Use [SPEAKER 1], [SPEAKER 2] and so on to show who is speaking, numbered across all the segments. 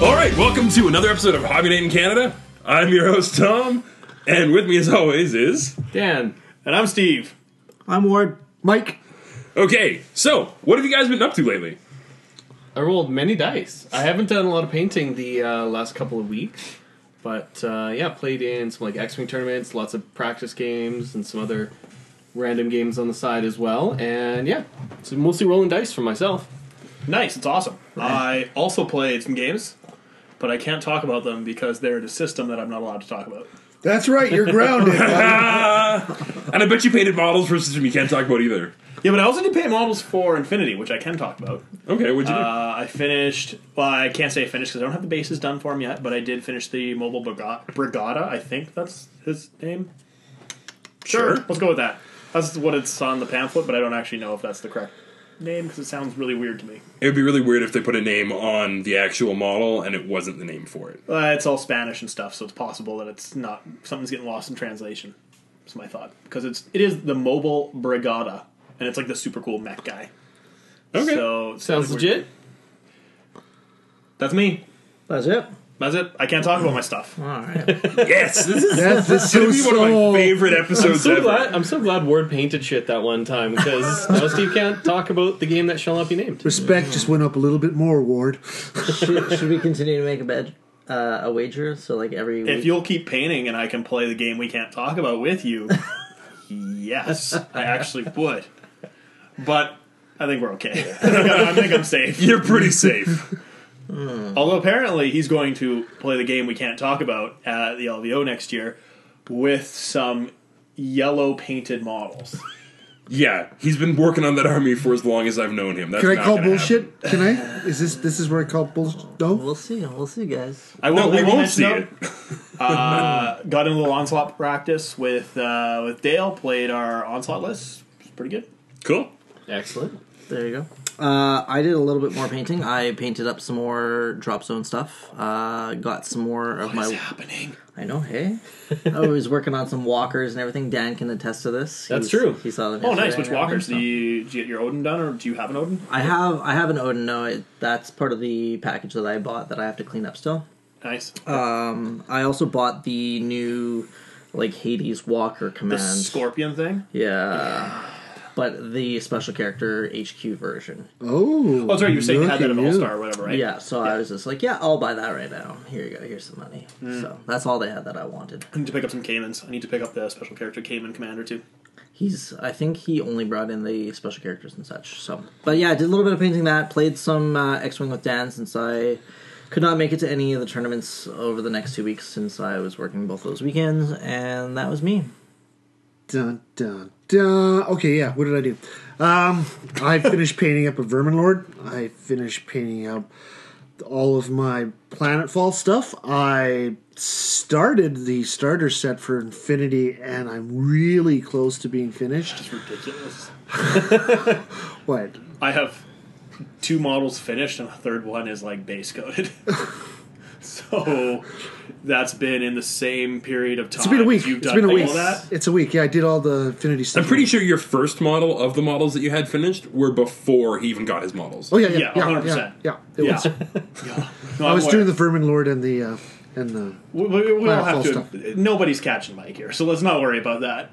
[SPEAKER 1] All right, welcome to another episode of Hobby Night in Canada. I'm your host Tom, and with me, as always, is
[SPEAKER 2] Dan.
[SPEAKER 3] And I'm Steve.
[SPEAKER 4] I'm Ward. Mike.
[SPEAKER 1] okay. So, what have you guys been up to lately?
[SPEAKER 2] I rolled many dice. I haven't done a lot of painting the uh, last couple of weeks, but uh, yeah, played in some like X Wing tournaments, lots of practice games, and some other random games on the side as well. And yeah, so mostly rolling dice for myself.
[SPEAKER 3] Nice, it's awesome. I also played some games, but I can't talk about them because they're in a system that I'm not allowed to talk about.
[SPEAKER 4] That's right. You're grounded. buddy.
[SPEAKER 1] And I bet you painted models for a system you can't talk about either.
[SPEAKER 3] Yeah, but I also did paint models for Infinity, which I can talk about.
[SPEAKER 1] Okay, what'd you
[SPEAKER 3] Uh, I finished, well, I can't say I finished because I don't have the bases done for them yet, but I did finish the Mobile Briga- Brigada, I think that's his name. Sure,
[SPEAKER 1] Sure.
[SPEAKER 3] let's go with that. That's what it's on the pamphlet, but I don't actually know if that's the correct name because it sounds really weird to me.
[SPEAKER 1] do? It would be really weird if they put a name on the actual model and it wasn't the name for it.
[SPEAKER 3] Uh, it's all Spanish and stuff, so it's possible that it's not something's getting lost in translation. Is my thought because it's it is the mobile brigada, and it's like the super cool mech guy.
[SPEAKER 1] Okay.
[SPEAKER 3] So it
[SPEAKER 2] Sounds
[SPEAKER 3] like we're-
[SPEAKER 2] legit.
[SPEAKER 3] That's me.
[SPEAKER 4] That's it.
[SPEAKER 3] That's it. I can't talk about my stuff.
[SPEAKER 4] All right.
[SPEAKER 1] yes, this is
[SPEAKER 4] That's, that's so
[SPEAKER 1] gonna be one of
[SPEAKER 4] slow.
[SPEAKER 1] my favorite episodes
[SPEAKER 2] So
[SPEAKER 1] ever.
[SPEAKER 2] glad, I'm so glad Ward painted shit that one time because now Steve can't talk about the game that shall not be named.
[SPEAKER 4] Respect just went up a little bit more, Ward.
[SPEAKER 5] should, should we continue to make a bed uh, a wager? So like every
[SPEAKER 3] If
[SPEAKER 5] week,
[SPEAKER 3] you'll keep painting and I can play the game we can't talk about with you, yes, I actually would. But I think we're okay. I think I- I think I'm safe.
[SPEAKER 1] You're pretty safe.
[SPEAKER 3] Although apparently he's going to play the game we can't talk about at the LVO next year with some yellow painted models.
[SPEAKER 1] yeah, he's been working on that army for as long as I've known him. That's
[SPEAKER 4] Can I
[SPEAKER 1] not
[SPEAKER 4] call
[SPEAKER 1] gonna happen.
[SPEAKER 4] bullshit? Can I? Is this this is where I call bullshit? No.
[SPEAKER 5] we'll see. We'll see, guys.
[SPEAKER 3] I
[SPEAKER 1] No,
[SPEAKER 3] won't.
[SPEAKER 1] we
[SPEAKER 3] I
[SPEAKER 1] won't
[SPEAKER 3] mention
[SPEAKER 1] see
[SPEAKER 3] them.
[SPEAKER 1] it.
[SPEAKER 3] Uh, got into a little onslaught practice with uh, with Dale. Played our onslaught list. It's pretty good.
[SPEAKER 1] Cool.
[SPEAKER 2] Excellent.
[SPEAKER 5] There you go. Uh, I did a little bit more painting. I painted up some more drop zone stuff. Uh, got some more of my.
[SPEAKER 3] happening?
[SPEAKER 5] I know. Hey, I was working on some walkers and everything. Dan can attest to this. He
[SPEAKER 2] That's
[SPEAKER 5] was-
[SPEAKER 2] true.
[SPEAKER 5] He saw them.
[SPEAKER 3] Oh,
[SPEAKER 5] yesterday
[SPEAKER 3] nice.
[SPEAKER 5] and
[SPEAKER 3] Which walkers do
[SPEAKER 5] everything,
[SPEAKER 3] you, do you get your Odin done, or do you have an Odin?
[SPEAKER 5] so. I have. I have an Odin. No, it, that's part of the package that I bought that I have to clean up still. Um,
[SPEAKER 3] Nice.
[SPEAKER 5] I also bought the new, like Hades Walker
[SPEAKER 3] the
[SPEAKER 5] command.
[SPEAKER 3] scorpion thing.
[SPEAKER 5] Yeah. But the special character HQ version.
[SPEAKER 4] Oh.
[SPEAKER 3] Oh, sorry. You were saying you had that at
[SPEAKER 4] look at
[SPEAKER 3] All
[SPEAKER 4] you.
[SPEAKER 3] Star or whatever, right?
[SPEAKER 5] Yeah, so I was just like, yeah, I'll buy that right now. Here you go, here's some money. So that's all they had that I wanted.
[SPEAKER 3] I need to pick up some Caymans. I need to pick up the special character Cayman Commander too.
[SPEAKER 5] He's, I think he only brought in the special characters and such. So, but yeah, I did a little bit of painting that, played some uh, X Wing with Dan since I could not make it to any of the tournaments over the next two weeks since I was working both those weekends, and that was me.
[SPEAKER 4] Dun dun dun. Okay, yeah. What did I do? Um, I finished painting up a Vermin Lord. I finished painting up all of my Planetfall stuff. I started the starter set for Infinity, and I'm really close to being finished.
[SPEAKER 3] It's ridiculous.
[SPEAKER 4] What?
[SPEAKER 3] I have two models finished, and the third one is like base coated. so that's been in the same period of time.
[SPEAKER 4] It's been a week.
[SPEAKER 3] Uh, You've
[SPEAKER 4] It's
[SPEAKER 3] done
[SPEAKER 4] been a
[SPEAKER 3] all
[SPEAKER 4] week.
[SPEAKER 3] That.
[SPEAKER 4] It's a week. Yeah, I did all the Infinity stuff.
[SPEAKER 1] I'm pretty sure your first model of the models that you had finished were before he even got his models.
[SPEAKER 4] Oh yeah, yeah,
[SPEAKER 3] Yeah,
[SPEAKER 4] yeah, yeah,
[SPEAKER 3] 100%.
[SPEAKER 4] yeah, It
[SPEAKER 3] Yeah.
[SPEAKER 4] was.
[SPEAKER 3] yeah.
[SPEAKER 4] I was doing the Vermin Lord and the uh, and the.
[SPEAKER 3] We, we, we all
[SPEAKER 4] Alright,
[SPEAKER 3] have
[SPEAKER 4] full
[SPEAKER 3] to.
[SPEAKER 4] stuff.
[SPEAKER 3] Nobody's catching Mike here, so let's not worry about that.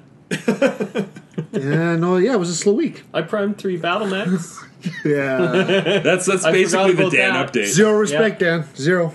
[SPEAKER 4] Yeah, no, yeah, it was a slow week.
[SPEAKER 2] I primed three battle mechs.
[SPEAKER 4] Yeah,
[SPEAKER 1] That's that's
[SPEAKER 2] I
[SPEAKER 1] basically the
[SPEAKER 2] forgot
[SPEAKER 1] Dan
[SPEAKER 2] about that.
[SPEAKER 1] update.
[SPEAKER 4] zero respect, Dan. Zero.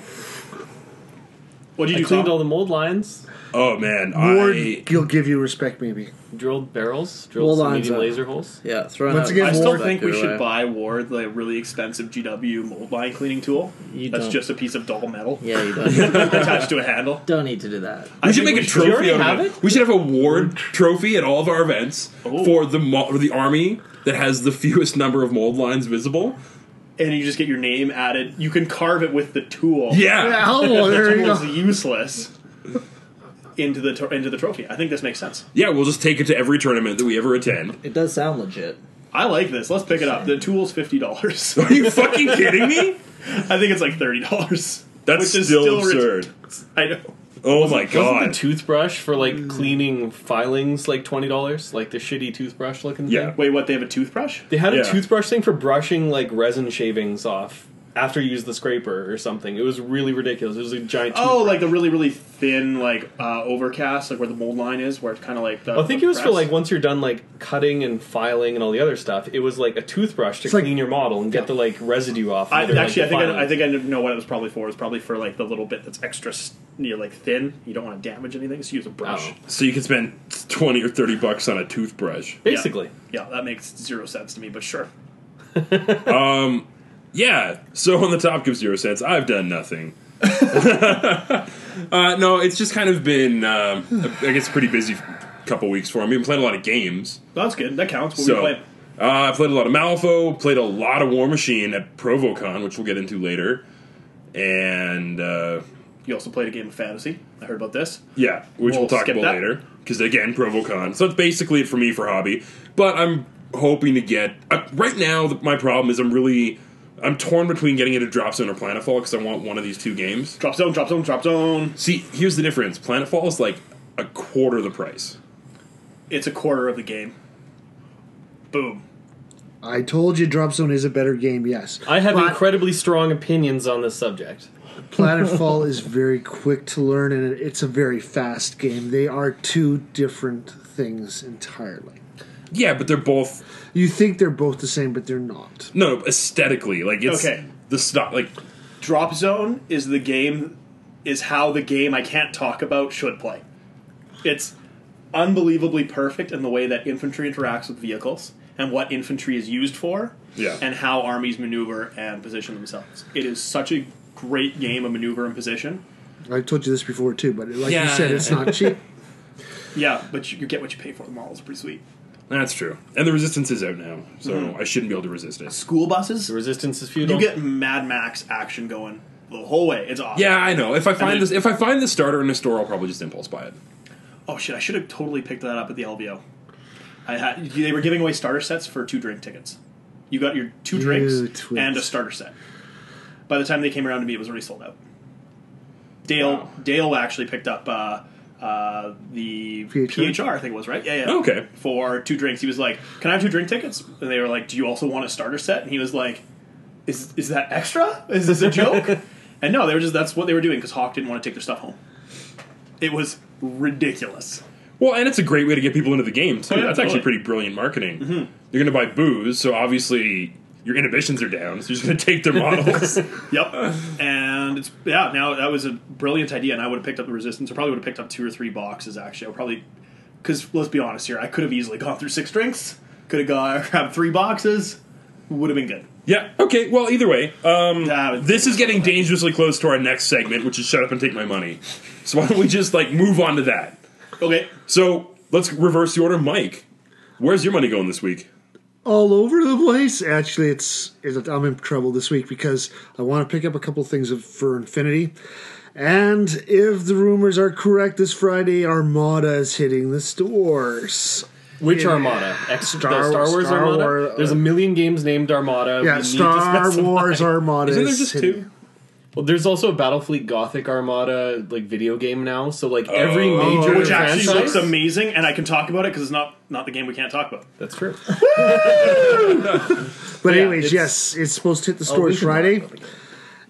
[SPEAKER 3] What did
[SPEAKER 2] I
[SPEAKER 3] you
[SPEAKER 2] cleaned all
[SPEAKER 3] do?
[SPEAKER 2] the mold lines,
[SPEAKER 1] Oh man,
[SPEAKER 4] Ward,
[SPEAKER 1] I
[SPEAKER 4] he'll give you respect, maybe.
[SPEAKER 2] drilled barrels, drilled
[SPEAKER 5] Mold
[SPEAKER 2] some
[SPEAKER 5] lines
[SPEAKER 2] medium
[SPEAKER 5] are-
[SPEAKER 2] laser holes.
[SPEAKER 5] Yeah, throwing
[SPEAKER 4] Once
[SPEAKER 5] out
[SPEAKER 4] again,
[SPEAKER 3] I
[SPEAKER 5] stuff
[SPEAKER 3] still
[SPEAKER 5] that
[SPEAKER 3] think we
[SPEAKER 5] could
[SPEAKER 3] should
[SPEAKER 5] away.
[SPEAKER 3] buy Ward the really expensive GW mold line cleaning tool.
[SPEAKER 5] You
[SPEAKER 3] That's
[SPEAKER 5] don't.
[SPEAKER 3] just a piece of dull metal
[SPEAKER 5] Yeah, you don't,
[SPEAKER 3] attached to a handle.
[SPEAKER 5] don't need to do that.
[SPEAKER 1] we should make
[SPEAKER 3] think we
[SPEAKER 1] a
[SPEAKER 3] should-
[SPEAKER 2] you
[SPEAKER 1] trophy
[SPEAKER 2] already
[SPEAKER 1] out of
[SPEAKER 2] have
[SPEAKER 1] it. We should have a Ward trophy at all of our events
[SPEAKER 3] Oh.
[SPEAKER 1] for the mo- or the army that has the fewest number of mold lines visible.
[SPEAKER 3] And you just get your name added. You can carve it with the tool.
[SPEAKER 1] Yeah,
[SPEAKER 4] Oh, there you
[SPEAKER 3] tool's
[SPEAKER 4] go.
[SPEAKER 3] useless. into the tor- into the trophy. I think this makes sense.
[SPEAKER 1] Yeah, we'll just take it to every tournament that we ever attend.
[SPEAKER 5] It does sound legit.
[SPEAKER 3] I like this. Let's pick it up. The tool's fifty dollars.
[SPEAKER 1] Are you fucking kidding me?
[SPEAKER 3] I think it's like thirty dollars.
[SPEAKER 1] That's still, absurd.
[SPEAKER 3] I know.
[SPEAKER 1] oh my
[SPEAKER 2] Wasn't
[SPEAKER 1] god.
[SPEAKER 2] the toothbrush for like
[SPEAKER 4] Mm.
[SPEAKER 2] cleaning filings like twenty dollars? Like the shitty toothbrush looking
[SPEAKER 1] Yeah.
[SPEAKER 2] thing.
[SPEAKER 3] Wait, what? They have a toothbrush?
[SPEAKER 2] They had
[SPEAKER 1] Yeah.
[SPEAKER 2] a toothbrush thing for brushing like resin shavings off after you use the scraper or something. It was really ridiculous. It was a giant. Toothbrush.
[SPEAKER 3] Oh, like the really really thin like uh, overcast, like where the mold line is, where it's kind of like the.
[SPEAKER 2] I think it was for
[SPEAKER 3] press.
[SPEAKER 2] like once you're done like cutting and filing and all the other stuff. It was like a toothbrush to
[SPEAKER 4] It's like-
[SPEAKER 2] clean your model and get the like residue off.
[SPEAKER 3] I,
[SPEAKER 2] either, like,
[SPEAKER 3] actually, I
[SPEAKER 2] the
[SPEAKER 3] think I, I
[SPEAKER 2] filings.
[SPEAKER 3] think I know what it was probably for. It was probably for like the little bit that's extra, s- you know, like thin. You don't want to damage anything, so use a brush.
[SPEAKER 2] Oh.
[SPEAKER 1] So you can spend 20 or 30 bucks on a toothbrush.
[SPEAKER 2] basically.
[SPEAKER 3] Yeah, that makes zero sense to me, but sure.
[SPEAKER 1] Yeah. So on the top gives zero cents. I've done nothing. uh, no, it's just kind of been, um, I guess, a pretty busy couple weeks for me. I've been playing a lot of games.
[SPEAKER 3] That's good. That counts. What
[SPEAKER 1] So
[SPEAKER 3] we
[SPEAKER 1] uh,
[SPEAKER 3] play?
[SPEAKER 1] I played a lot of Malifaux, played a lot of War Machine at ProvoCon, which we'll get into later. And uh,
[SPEAKER 3] You also played a game of fantasy. I heard about this.
[SPEAKER 1] yeah, which we'll,
[SPEAKER 3] We'll
[SPEAKER 1] talk
[SPEAKER 3] skip
[SPEAKER 1] about
[SPEAKER 3] that.
[SPEAKER 1] later. Because again, ProvoCon. So that's basically it for me for hobby. But I'm hoping to get uh, right now. The, my problem is I'm really I'm torn between getting into Drop Zone or Planetfall because I want one of these two games.
[SPEAKER 3] Drop zone, drop zone, drop zone.
[SPEAKER 1] See, here's the difference. Planetfall is like a quarter the price.
[SPEAKER 3] It's a quarter of the game. Boom.
[SPEAKER 4] I told you Drop Zone is a better game, yes.
[SPEAKER 2] I have
[SPEAKER 4] But
[SPEAKER 2] incredibly strong opinions on this subject.
[SPEAKER 4] Planetfall is very quick to learn and it's a very fast game. They are two different things entirely.
[SPEAKER 1] Yeah, but they're both
[SPEAKER 4] You think they're both the same, but they're not.
[SPEAKER 1] no aesthetically like it's
[SPEAKER 3] Okay.
[SPEAKER 1] the stuff like
[SPEAKER 3] Drop zone is the game. Is how the game I can't talk about should play. It's unbelievably perfect in the way that infantry interacts with vehicles and what infantry is used for,
[SPEAKER 1] Yeah.
[SPEAKER 3] and how armies maneuver and position themselves. It is such a great game of maneuver and position.
[SPEAKER 4] I told you this before too, but like you
[SPEAKER 1] Yeah,
[SPEAKER 4] said,
[SPEAKER 1] yeah,
[SPEAKER 4] it's
[SPEAKER 1] yeah.
[SPEAKER 4] not cheap.
[SPEAKER 3] Yeah, but you, you get what you pay for. The model is pretty sweet.
[SPEAKER 1] That's true. And the resistance is out now, so
[SPEAKER 3] Mm-hmm.
[SPEAKER 1] I shouldn't be able to resist it.
[SPEAKER 3] School buses.
[SPEAKER 2] The resistance is futile.
[SPEAKER 3] You get Mad Max action going the whole way. It's awesome.
[SPEAKER 1] Yeah, I know. If I find
[SPEAKER 3] then-
[SPEAKER 1] this if I find the starter in a store, I'll probably just impulse buy it.
[SPEAKER 3] Oh shit! I should have totally picked that up at the LBO. I had they were giving away starter sets for two drink tickets. You got your two
[SPEAKER 4] You
[SPEAKER 3] drinks
[SPEAKER 4] twit.
[SPEAKER 3] and a starter set. By the time they came around to me, it was already sold out. Dale
[SPEAKER 1] Wow.
[SPEAKER 3] Dale actually picked up uh, uh, the
[SPEAKER 4] PHR?
[SPEAKER 3] PHR? I think it was right. Yeah, yeah.
[SPEAKER 1] Okay.
[SPEAKER 3] For two drinks, he was like, "Can I have two drink tickets?" And they were like, "Do you also want a starter set?" And he was like, "Is is that extra? Is this a joke?" and no, they were just that's what they were doing because Hawk didn't want to take their stuff home. It was ridiculous.
[SPEAKER 1] Well, and it's a great way to get people into the game too.
[SPEAKER 3] Oh, yeah,
[SPEAKER 1] That's actually
[SPEAKER 3] totally. Mm-hmm.
[SPEAKER 1] pretty brilliant marketing. You're going to buy booze, so obviously your inhibitions are down. So you're just going to take their models.
[SPEAKER 3] Yep. And it's yeah. Now that was a brilliant idea, and I would have picked up the resistance. I probably would have picked up two or three boxes actually. I probably because let's be honest here, I could have easily gone through six drinks. Could have got grabbed three boxes. Would have been good.
[SPEAKER 1] yeah. Okay. Well, either way, um,
[SPEAKER 3] That would-
[SPEAKER 1] this is getting dangerously close to our next segment, which is shut up and take my money. So why don't we just like move on to that?
[SPEAKER 3] okay.
[SPEAKER 1] So let's reverse the order, Mike. Where's your money going this week?
[SPEAKER 4] all over the place. Actually, it's, it's I'm in trouble this week because I want to pick up a couple things of, for Infinity, and if the rumors are correct, this Friday Armada is hitting the stores.
[SPEAKER 2] Which Armada? X-
[SPEAKER 4] Star-
[SPEAKER 2] the Star Wars
[SPEAKER 4] Star
[SPEAKER 2] Armada.
[SPEAKER 4] War-
[SPEAKER 2] There's a million games named Armada. We
[SPEAKER 4] Yeah,
[SPEAKER 2] need to
[SPEAKER 4] Star
[SPEAKER 2] specify.
[SPEAKER 4] Wars Armada.
[SPEAKER 1] Isn't there
[SPEAKER 4] is
[SPEAKER 1] just
[SPEAKER 4] hitting-
[SPEAKER 1] two?
[SPEAKER 2] Well, there's also a Battlefleet Gothic Armada like video game now. So like every
[SPEAKER 1] Oh.
[SPEAKER 2] major
[SPEAKER 3] Which actually
[SPEAKER 2] franchise-
[SPEAKER 3] looks amazing, and I can talk about it because it's not not the game we can't talk about.
[SPEAKER 2] That's true.
[SPEAKER 4] But
[SPEAKER 2] Oh, Yeah,
[SPEAKER 4] anyways,
[SPEAKER 2] it's-
[SPEAKER 4] yes, it's supposed to hit the
[SPEAKER 2] Oh, we
[SPEAKER 4] stores
[SPEAKER 2] can talk
[SPEAKER 4] Friday,
[SPEAKER 2] about the game.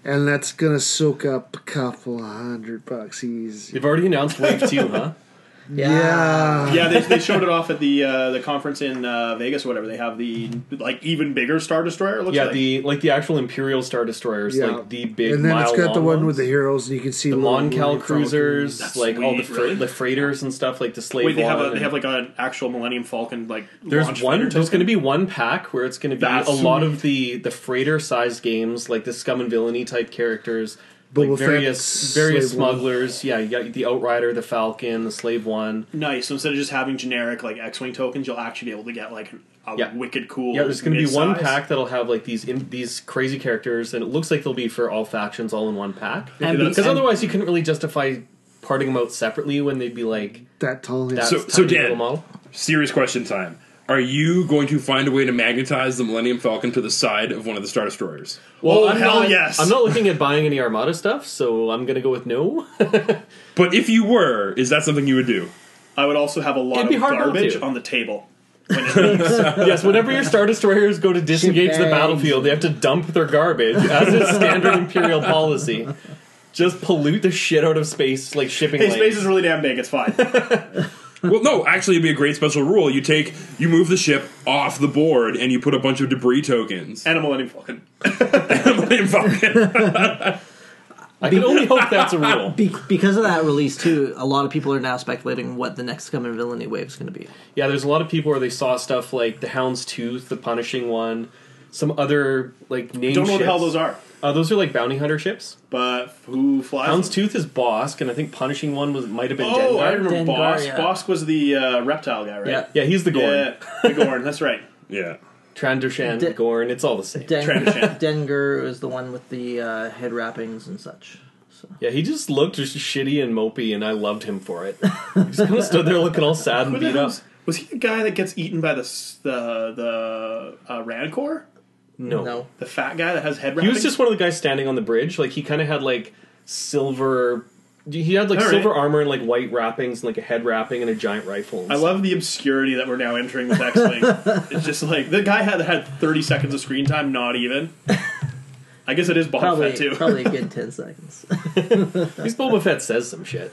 [SPEAKER 4] and that's gonna soak up a couple hundred bucks easy.
[SPEAKER 2] They've already announced Wave Two, huh?
[SPEAKER 4] Yeah,
[SPEAKER 3] Yeah, they, they showed it off at the uh, the conference in uh, Vegas or whatever. They have the like even bigger Star Destroyer. It looks
[SPEAKER 2] Yeah,
[SPEAKER 3] like.
[SPEAKER 2] the like the actual Imperial Star Destroyers,
[SPEAKER 4] yeah.
[SPEAKER 2] like the big.
[SPEAKER 4] and then it's
[SPEAKER 2] mile
[SPEAKER 4] got the
[SPEAKER 2] long
[SPEAKER 4] one
[SPEAKER 2] ones.
[SPEAKER 4] with the heroes, and you can see
[SPEAKER 2] the
[SPEAKER 4] little-
[SPEAKER 2] Moncal
[SPEAKER 4] little
[SPEAKER 2] cruisers,
[SPEAKER 3] That's
[SPEAKER 2] like all the
[SPEAKER 3] sweet,
[SPEAKER 2] fre-
[SPEAKER 3] really.
[SPEAKER 2] the freighters and stuff, like the slave.
[SPEAKER 3] Wait, they have
[SPEAKER 2] one
[SPEAKER 3] a, they
[SPEAKER 2] and-
[SPEAKER 3] have like an actual Millennium Falcon like.
[SPEAKER 2] There's
[SPEAKER 3] launch
[SPEAKER 2] one.
[SPEAKER 3] fighter
[SPEAKER 2] There's
[SPEAKER 3] token?
[SPEAKER 2] going to be one pack where it's going to be
[SPEAKER 3] That's
[SPEAKER 2] a lot
[SPEAKER 3] sweet.
[SPEAKER 2] of the the freighter sized games, like the scum and villainy type characters,
[SPEAKER 4] Boba
[SPEAKER 2] like various
[SPEAKER 4] Fett's
[SPEAKER 2] various
[SPEAKER 4] Slave One.
[SPEAKER 2] smugglers. Yeah, you got the Outrider, the Falcon, the Slave One.
[SPEAKER 3] Nice. So instead of just having generic like X-wing tokens, you'll actually be able to get like a
[SPEAKER 2] Yeah.
[SPEAKER 3] wicked cool.
[SPEAKER 2] Yeah, there's going to be one
[SPEAKER 3] mid-size.
[SPEAKER 2] pack that'll have like these in, these crazy characters, and it looks like they'll be for all factions all in one pack.
[SPEAKER 5] And
[SPEAKER 3] that's-
[SPEAKER 2] Because otherwise, you couldn't really justify parting them out separately when they'd be like
[SPEAKER 4] That tall. Yeah.
[SPEAKER 2] that's
[SPEAKER 1] So-
[SPEAKER 2] tiny
[SPEAKER 1] so Dan-
[SPEAKER 2] little model.
[SPEAKER 1] Serious question time. Are you going to find a way to magnetize the Millennium Falcon to the side of one of the Star Destroyers?
[SPEAKER 3] Oh,
[SPEAKER 2] I'm
[SPEAKER 3] hell
[SPEAKER 2] not,
[SPEAKER 3] yes.
[SPEAKER 2] I'm not looking at buying any Armada stuff, so I'm gonna go with no.
[SPEAKER 1] But if you were, is that something you would do?
[SPEAKER 3] I would also have a lot
[SPEAKER 2] It'd be
[SPEAKER 3] of
[SPEAKER 2] hard not
[SPEAKER 3] garbage
[SPEAKER 2] to.
[SPEAKER 3] on the table.
[SPEAKER 2] yes, whenever your Star Destroyers go to disengage the
[SPEAKER 5] Shebang.
[SPEAKER 2] battlefield, they have to dump their garbage, as is standard Imperial policy. Just pollute the shit out of space, like shipping
[SPEAKER 3] Hey,
[SPEAKER 2] lanes.
[SPEAKER 3] space is really damn big. It's fine.
[SPEAKER 1] Well, no, actually, it'd be a great special rule. You take, you move the ship off the board, and you put a bunch of debris tokens.
[SPEAKER 3] Animal and Falcon.
[SPEAKER 1] Millennium Falcon.
[SPEAKER 2] I can only hope that's a rule.
[SPEAKER 5] Be- because of that release too, a lot of people are now speculating what the next coming villainy wave is going to be.
[SPEAKER 2] Yeah, there's a lot of people where they saw stuff like the Hound's Tooth, the Punishing One, some other like name.
[SPEAKER 3] Don't know what the hell
[SPEAKER 2] ships.
[SPEAKER 3] those are,
[SPEAKER 2] Uh, those are like bounty hunter ships.
[SPEAKER 3] but who flies?
[SPEAKER 2] Hound's
[SPEAKER 3] them?
[SPEAKER 2] Tooth is Bosk, and I think Punishing One was might have been.
[SPEAKER 3] Oh,
[SPEAKER 2] Dengar.
[SPEAKER 3] I remember
[SPEAKER 5] Dengar,
[SPEAKER 3] Bosk.
[SPEAKER 5] yeah.
[SPEAKER 3] Bosk was the uh, reptile guy, right?
[SPEAKER 5] Yeah.
[SPEAKER 2] Yeah, he's the Gorn.
[SPEAKER 3] Yeah, the Gorn. That's right.
[SPEAKER 1] yeah.
[SPEAKER 2] Trandoshan,
[SPEAKER 5] De-
[SPEAKER 2] Gorn. It's all the same.
[SPEAKER 5] Den-
[SPEAKER 3] Tradition.
[SPEAKER 5] Denger is the one with the uh, head wrappings and such. So
[SPEAKER 2] yeah, he just looked just shitty and mopey, and I loved him for it. he just kind of stood there looking all sad and
[SPEAKER 3] Who the
[SPEAKER 2] beat up.
[SPEAKER 3] hell's- Was he the guy that gets eaten by the s- the the uh, Rancor?
[SPEAKER 2] No.
[SPEAKER 5] no,
[SPEAKER 3] The fat guy that has head
[SPEAKER 2] he
[SPEAKER 3] wrappings.
[SPEAKER 2] was just one of the guys standing on the bridge. Like he kind of had like silver. He had like
[SPEAKER 3] All right.
[SPEAKER 2] silver armor and like white wrappings and like a head wrapping and a giant rifle. and
[SPEAKER 3] I
[SPEAKER 2] stuff.
[SPEAKER 3] love the obscurity that we're now entering with X Wing. it's just like the guy had had 30 seconds of screen time, not even. I guess it is Boba
[SPEAKER 5] probably
[SPEAKER 3] Fett too.
[SPEAKER 5] probably a good ten seconds.
[SPEAKER 2] Because Boba Fett says some shit.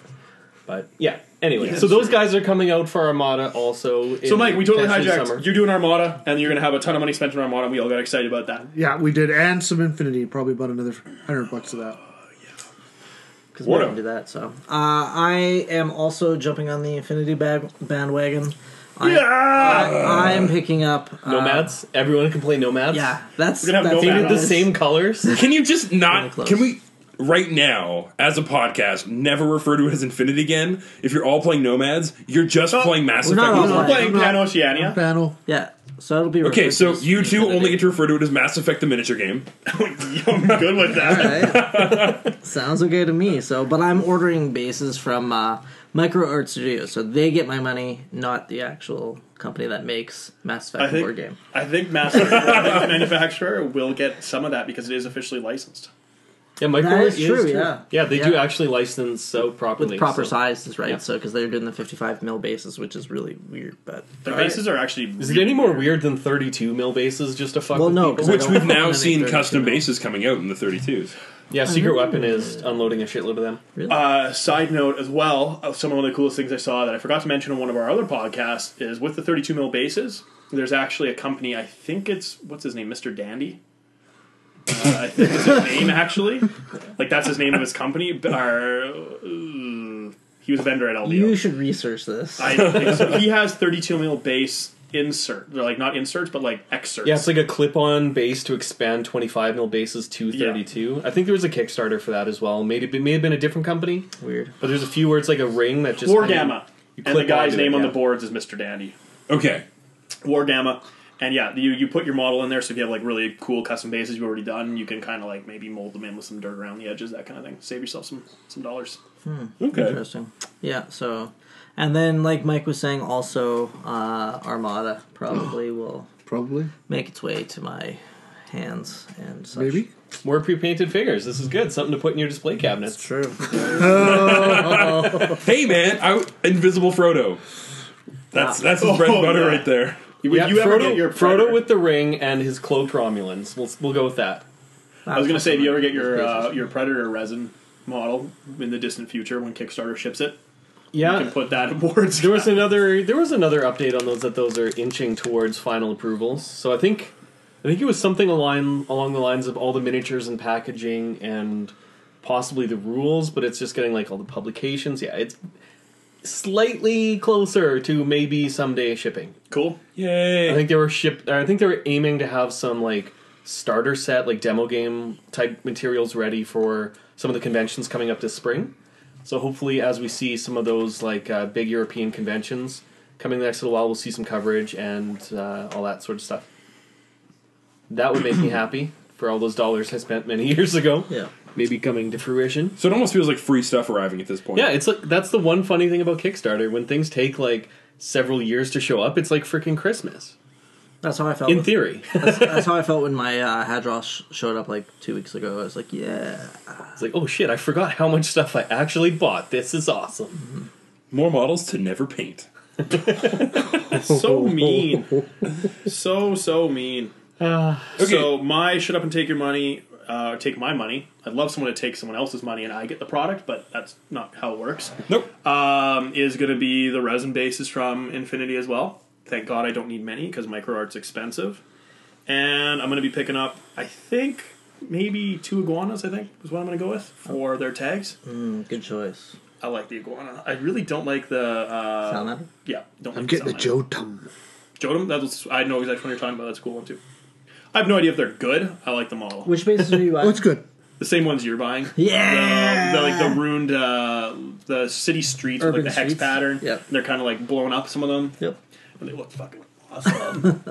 [SPEAKER 2] But yeah. Anyway,
[SPEAKER 3] Yeah,
[SPEAKER 2] so those
[SPEAKER 3] sure.
[SPEAKER 2] guys are coming out for Armada also. in
[SPEAKER 3] so Mike, we totally
[SPEAKER 2] potentially
[SPEAKER 3] hijacked.
[SPEAKER 2] summer.
[SPEAKER 3] You're doing Armada, and you're gonna have a ton of money spent on Armada. and We all got excited about that.
[SPEAKER 4] yeah, we did, and some Infinity. Probably about another hundred bucks of that.
[SPEAKER 5] Because
[SPEAKER 1] What
[SPEAKER 5] we're
[SPEAKER 1] up?
[SPEAKER 5] into that. So uh, I am also jumping on the Infinity bag- bandwagon. I,
[SPEAKER 3] Yeah,
[SPEAKER 5] I am picking up uh,
[SPEAKER 2] nomads. Everyone can play nomads.
[SPEAKER 5] Yeah, that's
[SPEAKER 3] We're gonna have
[SPEAKER 5] that's
[SPEAKER 2] They
[SPEAKER 3] Nomad
[SPEAKER 2] did the
[SPEAKER 3] Nomads.
[SPEAKER 2] same colors.
[SPEAKER 1] Can you just
[SPEAKER 5] Really
[SPEAKER 1] not?
[SPEAKER 5] close.
[SPEAKER 1] Can we right now, as a podcast, never refer to it as Infinity again? If you're all playing Nomads, you're just
[SPEAKER 3] Oh,
[SPEAKER 1] playing Mass
[SPEAKER 5] we're
[SPEAKER 1] Effect.
[SPEAKER 5] not all
[SPEAKER 1] One.
[SPEAKER 5] playing.
[SPEAKER 3] playing
[SPEAKER 4] I'm not-
[SPEAKER 3] Pan Oceania.
[SPEAKER 4] Panel.
[SPEAKER 5] Yeah, so it'll be
[SPEAKER 1] Okay,
[SPEAKER 5] referred
[SPEAKER 1] so
[SPEAKER 5] to as
[SPEAKER 1] you two
[SPEAKER 5] Infinity.
[SPEAKER 1] only get to refer to it as Mass Effect, the miniature game.
[SPEAKER 3] I'm good with that.
[SPEAKER 5] Alright. Sounds okay to me. So, but I'm ordering bases from uh, Micro Art Studio, so they get my money, not the actual company that makes Mass
[SPEAKER 3] I
[SPEAKER 5] Effect board
[SPEAKER 3] think.
[SPEAKER 5] game.
[SPEAKER 3] I think Master the manufacturer will get some of that because it is officially licensed.
[SPEAKER 2] Yeah, Micro
[SPEAKER 5] That is
[SPEAKER 2] is
[SPEAKER 5] true, yeah.
[SPEAKER 2] yeah, they do
[SPEAKER 5] Yeah.
[SPEAKER 2] actually license so properly
[SPEAKER 5] With proper
[SPEAKER 2] so-
[SPEAKER 5] sizes, right?
[SPEAKER 2] yeah.
[SPEAKER 5] So, because they're doing the 55 mil bases, which is really weird. But
[SPEAKER 3] The
[SPEAKER 5] Alright.
[SPEAKER 3] bases are actually.
[SPEAKER 2] Is it any more weird than 32 mil bases just to fuck
[SPEAKER 5] Well,
[SPEAKER 2] with
[SPEAKER 5] no,
[SPEAKER 2] people?
[SPEAKER 5] 'cause I
[SPEAKER 1] Which
[SPEAKER 5] don't
[SPEAKER 1] we've
[SPEAKER 5] own
[SPEAKER 1] now
[SPEAKER 5] any
[SPEAKER 1] seen
[SPEAKER 5] 32
[SPEAKER 1] custom
[SPEAKER 5] mil.
[SPEAKER 1] bases coming out in the 32s.
[SPEAKER 2] Yeah, Secret Weapon is unloading a shitload of them.
[SPEAKER 3] Uh, side note as well, uh, some of the coolest things I saw that I forgot to mention on one of our other podcasts is with the 32 mil bases. There's actually a company. I think it's what's his name, Mr. Dandy. Uh, I think it's his name actually. Like that's his name of his company. but Our, uh, he was a vendor at LDO.
[SPEAKER 5] you should research this.
[SPEAKER 3] I think so. He has 32 mil base insert. They're like not inserts, but like excerpts.
[SPEAKER 2] Yeah, it's like a clip-on base to expand 25 mil bases to 32. I think there was a Kickstarter for that as well. Maybe it may have been a different company,
[SPEAKER 5] weird.
[SPEAKER 2] but there's a few words like a ring that just
[SPEAKER 3] War
[SPEAKER 2] kinda-
[SPEAKER 3] Gamma.
[SPEAKER 2] you
[SPEAKER 3] And the
[SPEAKER 2] clip
[SPEAKER 3] guy's
[SPEAKER 2] onto it,
[SPEAKER 3] name on
[SPEAKER 2] yeah.
[SPEAKER 3] the boards is Mr. Dandy.
[SPEAKER 1] Okay,
[SPEAKER 3] War Gamma. And yeah, you, you put your model in there, so if you have like really cool custom bases you've already done, you can kind of like maybe mold them in with some dirt around the edges, that kind of thing. Save yourself some some dollars.
[SPEAKER 1] okay.
[SPEAKER 5] Interesting. Yeah, so. And then, like Mike was saying, also uh, Armada probably will
[SPEAKER 4] Probably.
[SPEAKER 5] make its way to my hands and such.
[SPEAKER 4] Maybe.
[SPEAKER 2] More pre-painted figures. This is good. Something to put in your display cabinet.
[SPEAKER 5] True.
[SPEAKER 1] Hey man, I, Invisible Frodo.
[SPEAKER 5] Ah.
[SPEAKER 1] That's that's his bread and
[SPEAKER 3] Oh,
[SPEAKER 1] butter
[SPEAKER 3] yeah.
[SPEAKER 1] right there.
[SPEAKER 3] You,
[SPEAKER 2] Yeah,
[SPEAKER 3] you
[SPEAKER 2] Frodo,
[SPEAKER 3] ever get your
[SPEAKER 2] Frodo
[SPEAKER 3] Predator-
[SPEAKER 2] with the ring and his cloaked Romulans. We'll, we'll go with that.
[SPEAKER 3] I was gonna say, if you ever get your uh, your Predator resin model in the distant future when Kickstarter ships it, you
[SPEAKER 2] Yeah,
[SPEAKER 3] can put that in boards.
[SPEAKER 2] there was another there was another update on those that those are inching towards final approvals. So I think I think it was something along along the lines of all the miniatures and packaging and possibly the rules, but it's just getting like all the publications. Yeah, it's slightly closer to maybe someday shipping.
[SPEAKER 3] cool.
[SPEAKER 2] I
[SPEAKER 1] Yay!
[SPEAKER 2] think they were ship I think they were aiming to have some like starter set like demo game type materials ready for some of the conventions coming up this spring. So hopefully, as we see some of those like uh, big European conventions coming the next little while, we'll see some coverage and uh, all that sort of stuff. That would make me happy for all those dollars I spent many years ago.
[SPEAKER 5] Yeah.
[SPEAKER 2] maybe coming to fruition.
[SPEAKER 1] So it almost feels like free stuff arriving at this point.
[SPEAKER 2] Yeah, it's like that's the one funny thing about Kickstarter. When things take like several years to show up, it's like freaking Christmas.
[SPEAKER 5] That's how I felt.
[SPEAKER 2] In
[SPEAKER 5] with-
[SPEAKER 2] theory,
[SPEAKER 5] that's, that's how I felt when my uh, Hadros sh- showed up like two weeks ago. I was like, yeah.
[SPEAKER 2] it's like oh shit, I forgot how much stuff I actually bought. This is awesome.
[SPEAKER 1] More models to never paint.
[SPEAKER 3] so mean. so so mean.
[SPEAKER 1] Okay.
[SPEAKER 3] So my shut up and take your money, uh, take my money. I'd love someone to take someone else's money and I get the product, but that's not how it works.
[SPEAKER 1] nope.
[SPEAKER 3] Um, is going to be the resin bases from Infinity as well. Thank God I don't need many because microart's expensive. And I'm going to be picking up, I think, maybe two iguanas. I think is what I'm going to go with for their tags.
[SPEAKER 5] Good choice.
[SPEAKER 3] I like the iguana. I really don't like the. Uh,
[SPEAKER 5] Salamander?
[SPEAKER 3] Yeah, don't.
[SPEAKER 4] I'm
[SPEAKER 3] like
[SPEAKER 4] getting a
[SPEAKER 3] salamander.
[SPEAKER 4] Jotum.
[SPEAKER 3] Jodam, that was I know exactly what you're talking about. That's a cool one too. I have no idea if they're good. I like the model.
[SPEAKER 5] Which bases are you at?
[SPEAKER 4] Oh, it's good.
[SPEAKER 3] The same ones you're buying.
[SPEAKER 5] Yeah!
[SPEAKER 3] The, the, like the ruined uh, the city streets with like
[SPEAKER 5] Urban
[SPEAKER 3] the hex
[SPEAKER 5] streets.
[SPEAKER 3] pattern.
[SPEAKER 5] Yep.
[SPEAKER 3] They're kinda like blown up some of them.
[SPEAKER 5] Yep.
[SPEAKER 3] And they look fucking awesome.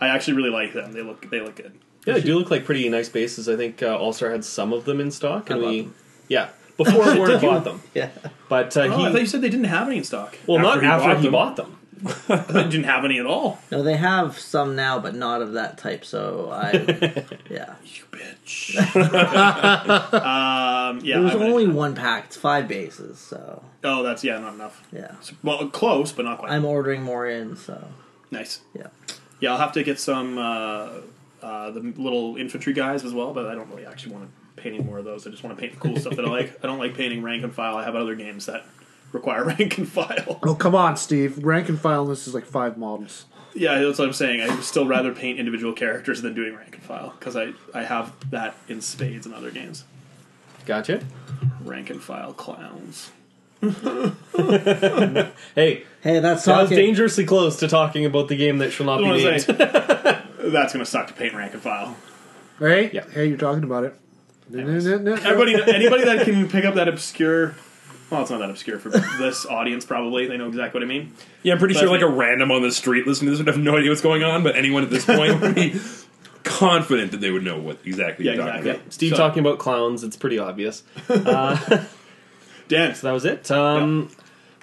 [SPEAKER 3] I actually really like them. They look they look good.
[SPEAKER 2] Yeah, they do look like pretty nice bases. I think uh, All Star had some of them in stock, and
[SPEAKER 5] I bought
[SPEAKER 2] we
[SPEAKER 5] them.
[SPEAKER 2] yeah before Warren bought them.
[SPEAKER 5] Yeah.
[SPEAKER 2] But uh,
[SPEAKER 3] Oh, I
[SPEAKER 2] he
[SPEAKER 3] thought you said they didn't have any in stock.
[SPEAKER 2] well not
[SPEAKER 1] after he
[SPEAKER 2] after
[SPEAKER 1] bought
[SPEAKER 2] he
[SPEAKER 1] them.
[SPEAKER 2] bought them.
[SPEAKER 3] I thought you didn't have any at all.
[SPEAKER 5] No, they have some now, but not of that type. So I, yeah.
[SPEAKER 3] You bitch. um, yeah.
[SPEAKER 5] There was
[SPEAKER 3] I would-
[SPEAKER 5] only one pack. It's five bases. So
[SPEAKER 3] oh, that's yeah, not enough.
[SPEAKER 5] yeah.
[SPEAKER 3] Well, close, but not quite.
[SPEAKER 5] I'm ordering more in. So
[SPEAKER 3] nice.
[SPEAKER 5] yeah.
[SPEAKER 3] Yeah, I'll have to get some uh, uh, the little infantry guys as well, but I don't really actually want to paint any more of those. I just want to paint the cool stuff that I like. I don't like painting rank and file. I have other games that require rank and file.
[SPEAKER 4] Oh, come on, Steve. Rank and file list is like five models.
[SPEAKER 3] Yeah, that's what I'm saying. I would still rather paint individual characters than doing rank and file because I, I have that in spades in other games.
[SPEAKER 2] Gotcha.
[SPEAKER 3] Rank and file clowns.
[SPEAKER 2] Hey,
[SPEAKER 5] Hey, that's
[SPEAKER 2] that was
[SPEAKER 5] talking.
[SPEAKER 2] dangerously close to talking about the game that shall not be
[SPEAKER 3] I wanna
[SPEAKER 2] named.
[SPEAKER 3] say, that's going to suck to paint rank and file.
[SPEAKER 4] Right?
[SPEAKER 2] Yeah.
[SPEAKER 4] Hey, you're talking about it.
[SPEAKER 3] Everybody, anybody that can pick up that obscure. Well, it's not that obscure for this audience, probably. They know exactly what I mean.
[SPEAKER 1] Yeah, I'm pretty sure
[SPEAKER 3] But-
[SPEAKER 1] like a random on the street listening to this would have no idea what's going on, but anyone at this point would be confident that they would know what exactly
[SPEAKER 3] Yeah,
[SPEAKER 1] you're talking
[SPEAKER 3] exactly.
[SPEAKER 1] about.
[SPEAKER 2] Steve
[SPEAKER 3] So-
[SPEAKER 2] talking about clowns, it's pretty obvious.
[SPEAKER 3] Dan,
[SPEAKER 2] So that was it. Um,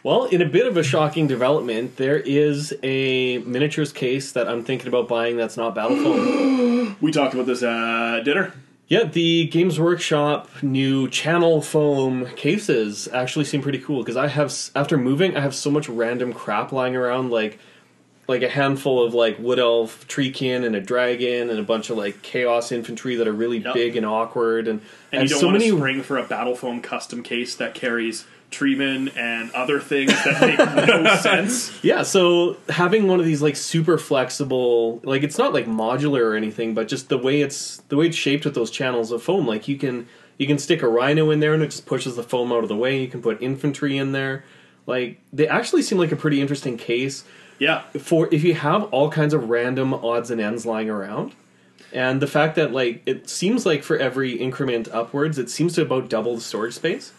[SPEAKER 2] Well, in a bit of a shocking development, there is a miniatures case that I'm thinking about buying that's not Battlefoam.
[SPEAKER 3] We talked about this at dinner.
[SPEAKER 2] yeah, the Games Workshop new channel foam cases actually seem pretty cool because I have, s- after moving, I have so much random crap lying around, like like a handful of like wood elf treekin and a dragon and a bunch of like chaos infantry that are really
[SPEAKER 3] Yep.
[SPEAKER 2] big and awkward and,
[SPEAKER 3] And
[SPEAKER 2] I
[SPEAKER 3] you
[SPEAKER 2] have
[SPEAKER 3] don't
[SPEAKER 2] so
[SPEAKER 3] want
[SPEAKER 2] many
[SPEAKER 3] to spring for a battle foam custom case that carries Treeman and other things that make no sense.
[SPEAKER 2] Yeah, so having one of these like super flexible, like it's not like modular or anything, but just the way it's the way it's shaped with those channels of foam, like you can you can stick a rhino in there and it just pushes the foam out of the way. You can put infantry in there. Like they actually seem like a pretty interesting case
[SPEAKER 3] Yeah.
[SPEAKER 2] for if you have all kinds of random odds and ends lying around. And the fact that like it seems like for every increment upwards, it seems to about double the storage space.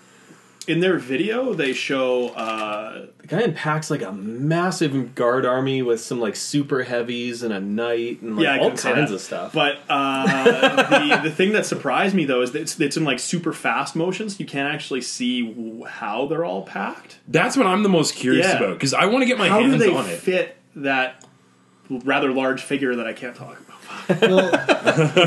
[SPEAKER 3] In their video, they show uh,
[SPEAKER 2] The guy unpacks like a massive guard army with some like super heavies and a knight and like
[SPEAKER 3] yeah I
[SPEAKER 2] all
[SPEAKER 3] couldn't say
[SPEAKER 2] kinds
[SPEAKER 3] that.
[SPEAKER 2] of stuff.
[SPEAKER 3] But uh, the, the thing that surprised me though is that it's, it's in like super fast motions. You can't actually see w- how they're all packed.
[SPEAKER 1] That's what I'm the most curious
[SPEAKER 3] Yeah.
[SPEAKER 1] about because I want to get my
[SPEAKER 3] How do
[SPEAKER 1] hands
[SPEAKER 3] they
[SPEAKER 1] on it.
[SPEAKER 3] fit that rather large figure that I can't talk about?
[SPEAKER 5] Well,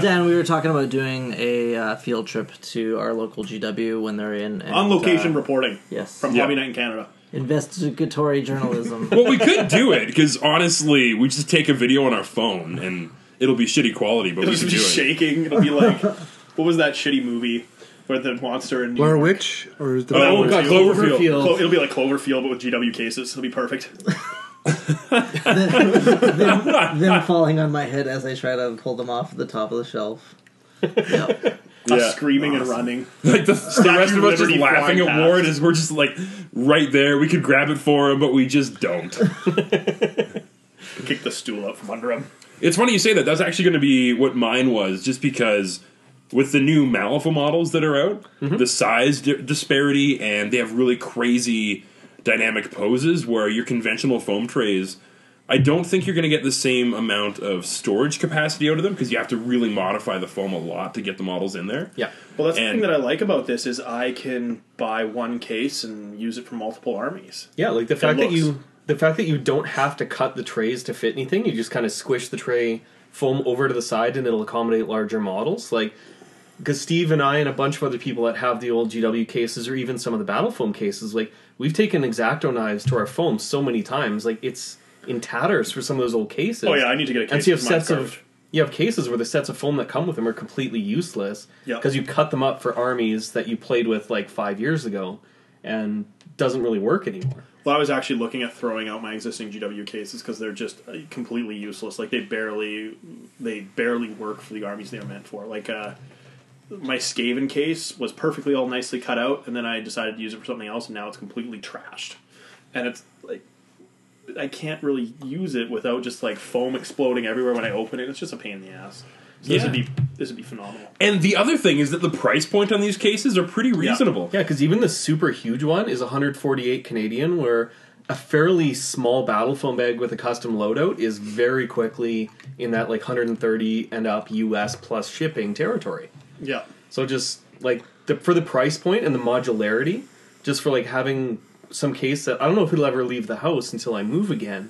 [SPEAKER 5] Dan, we were talking about doing a uh, field trip to our local GW when they're in and,
[SPEAKER 3] On location
[SPEAKER 5] uh,
[SPEAKER 3] reporting
[SPEAKER 5] yes,
[SPEAKER 3] from
[SPEAKER 1] Yeah.
[SPEAKER 3] Hobby Night in Canada.
[SPEAKER 5] investigatory journalism.
[SPEAKER 1] well, we could do it because honestly, we just take a video on our phone and it'll be shitty quality, but we
[SPEAKER 3] It'll
[SPEAKER 1] can
[SPEAKER 3] just
[SPEAKER 1] do
[SPEAKER 3] be
[SPEAKER 1] it.
[SPEAKER 3] shaking. It'll be like, what was that shitty movie where the monster and
[SPEAKER 4] Blair Witch? Or is the
[SPEAKER 1] Oh,
[SPEAKER 2] God,
[SPEAKER 1] Cloverfield.
[SPEAKER 2] Cloverfield.
[SPEAKER 3] Clo- it'll be like Cloverfield, but with GW cases. It'll be perfect.
[SPEAKER 5] them falling on my head as I try to pull them off the top of the shelf. Yep.
[SPEAKER 1] Yeah.
[SPEAKER 3] Us screaming and running.
[SPEAKER 1] Like the, the rest of us just
[SPEAKER 3] Liberty
[SPEAKER 1] laughing
[SPEAKER 3] flying
[SPEAKER 1] at
[SPEAKER 3] past.
[SPEAKER 1] Ward as we're just like right there. We could grab it for him, but we just don't.
[SPEAKER 3] Kick the stool out from under him.
[SPEAKER 1] It's funny you say that. That's actually going to be what mine was, just because with the new Malifaux models that are out,
[SPEAKER 2] Mm-hmm.
[SPEAKER 1] the size di- disparity, and they have really crazy dynamic poses where your conventional foam trays I don't think you're going to get the same amount of storage capacity out of them because you have to really modify the foam a lot to get the models in there.
[SPEAKER 2] Yeah.
[SPEAKER 3] Well, that's the
[SPEAKER 1] And-
[SPEAKER 3] thing that I like about this is I can buy one case and use it for multiple armies.
[SPEAKER 2] Yeah, like the fact that
[SPEAKER 3] looks.
[SPEAKER 2] you the fact that you don't have to cut the trays to fit anything, you just kind of squish the tray foam over to the side and it'll accommodate larger models. Like because Steve and I and a bunch of other people that have the old GW cases or even some of the battle foam cases, like we've taken exacto knives to our foam so many times, like it's in tatters for some of those old cases.
[SPEAKER 3] Oh yeah, I need to get a case.
[SPEAKER 2] and so you have
[SPEAKER 3] because mine's
[SPEAKER 2] sets of
[SPEAKER 3] garbage.
[SPEAKER 2] you have cases where the sets of foam that come with them are completely useless
[SPEAKER 3] Yep.
[SPEAKER 2] because you cut them up for armies that you played with like five years ago and doesn't really work anymore.
[SPEAKER 3] Well, I was actually looking at throwing out my existing GW cases because they're just uh, completely useless. Like they barely, they barely work for the armies they're meant for. Like uh, my Skaven case was perfectly all nicely cut out, and then I decided to use it for something else, and now it's completely trashed. And it's like I can't really use it without just like foam exploding everywhere when I open it. It's just a pain in the ass. So this would
[SPEAKER 1] Yeah.
[SPEAKER 3] be this would be phenomenal.
[SPEAKER 1] And the other thing is that the price point on these cases are pretty reasonable.
[SPEAKER 2] Yeah, because even the super huge one is 148 Canadian, where a fairly small battle foam bag with a custom loadout is very quickly in that like 130 and up US plus shipping territory.
[SPEAKER 3] Yeah.
[SPEAKER 2] So just like the, for the price point and the modularity, just for like having some case that I don't know if it'll ever leave the house until I move again,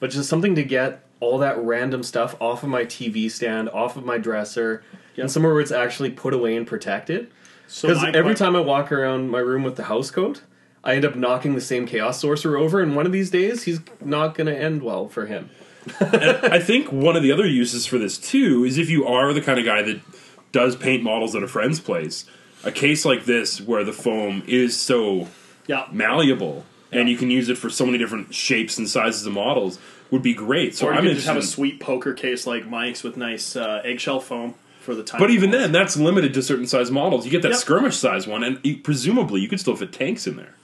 [SPEAKER 2] but just something to get all that random stuff off of my TV stand, off of my dresser, and somewhere where it's actually put away and protected.
[SPEAKER 3] So
[SPEAKER 2] Because
[SPEAKER 3] my
[SPEAKER 2] every
[SPEAKER 3] que-
[SPEAKER 2] time I walk around my room with the house coat, I end up knocking the same chaos sorcerer over, and one of these days he's not going to end well for him.
[SPEAKER 1] I think one of the other uses for this too is if you are the kind of guy that does paint models at a friend's place, a case like this where the foam is so
[SPEAKER 3] yeah.
[SPEAKER 1] malleable and you can use it for so many different shapes and sizes of models would be great. So
[SPEAKER 3] Or you
[SPEAKER 1] I'm
[SPEAKER 3] could just have a
[SPEAKER 1] interested in-
[SPEAKER 3] sweet poker case like Mike's with nice uh, eggshell foam for the time.
[SPEAKER 1] but even then, that's limited to certain size models. You get that
[SPEAKER 3] Yep.
[SPEAKER 1] skirmish size one, and you- presumably you could still fit tanks in there.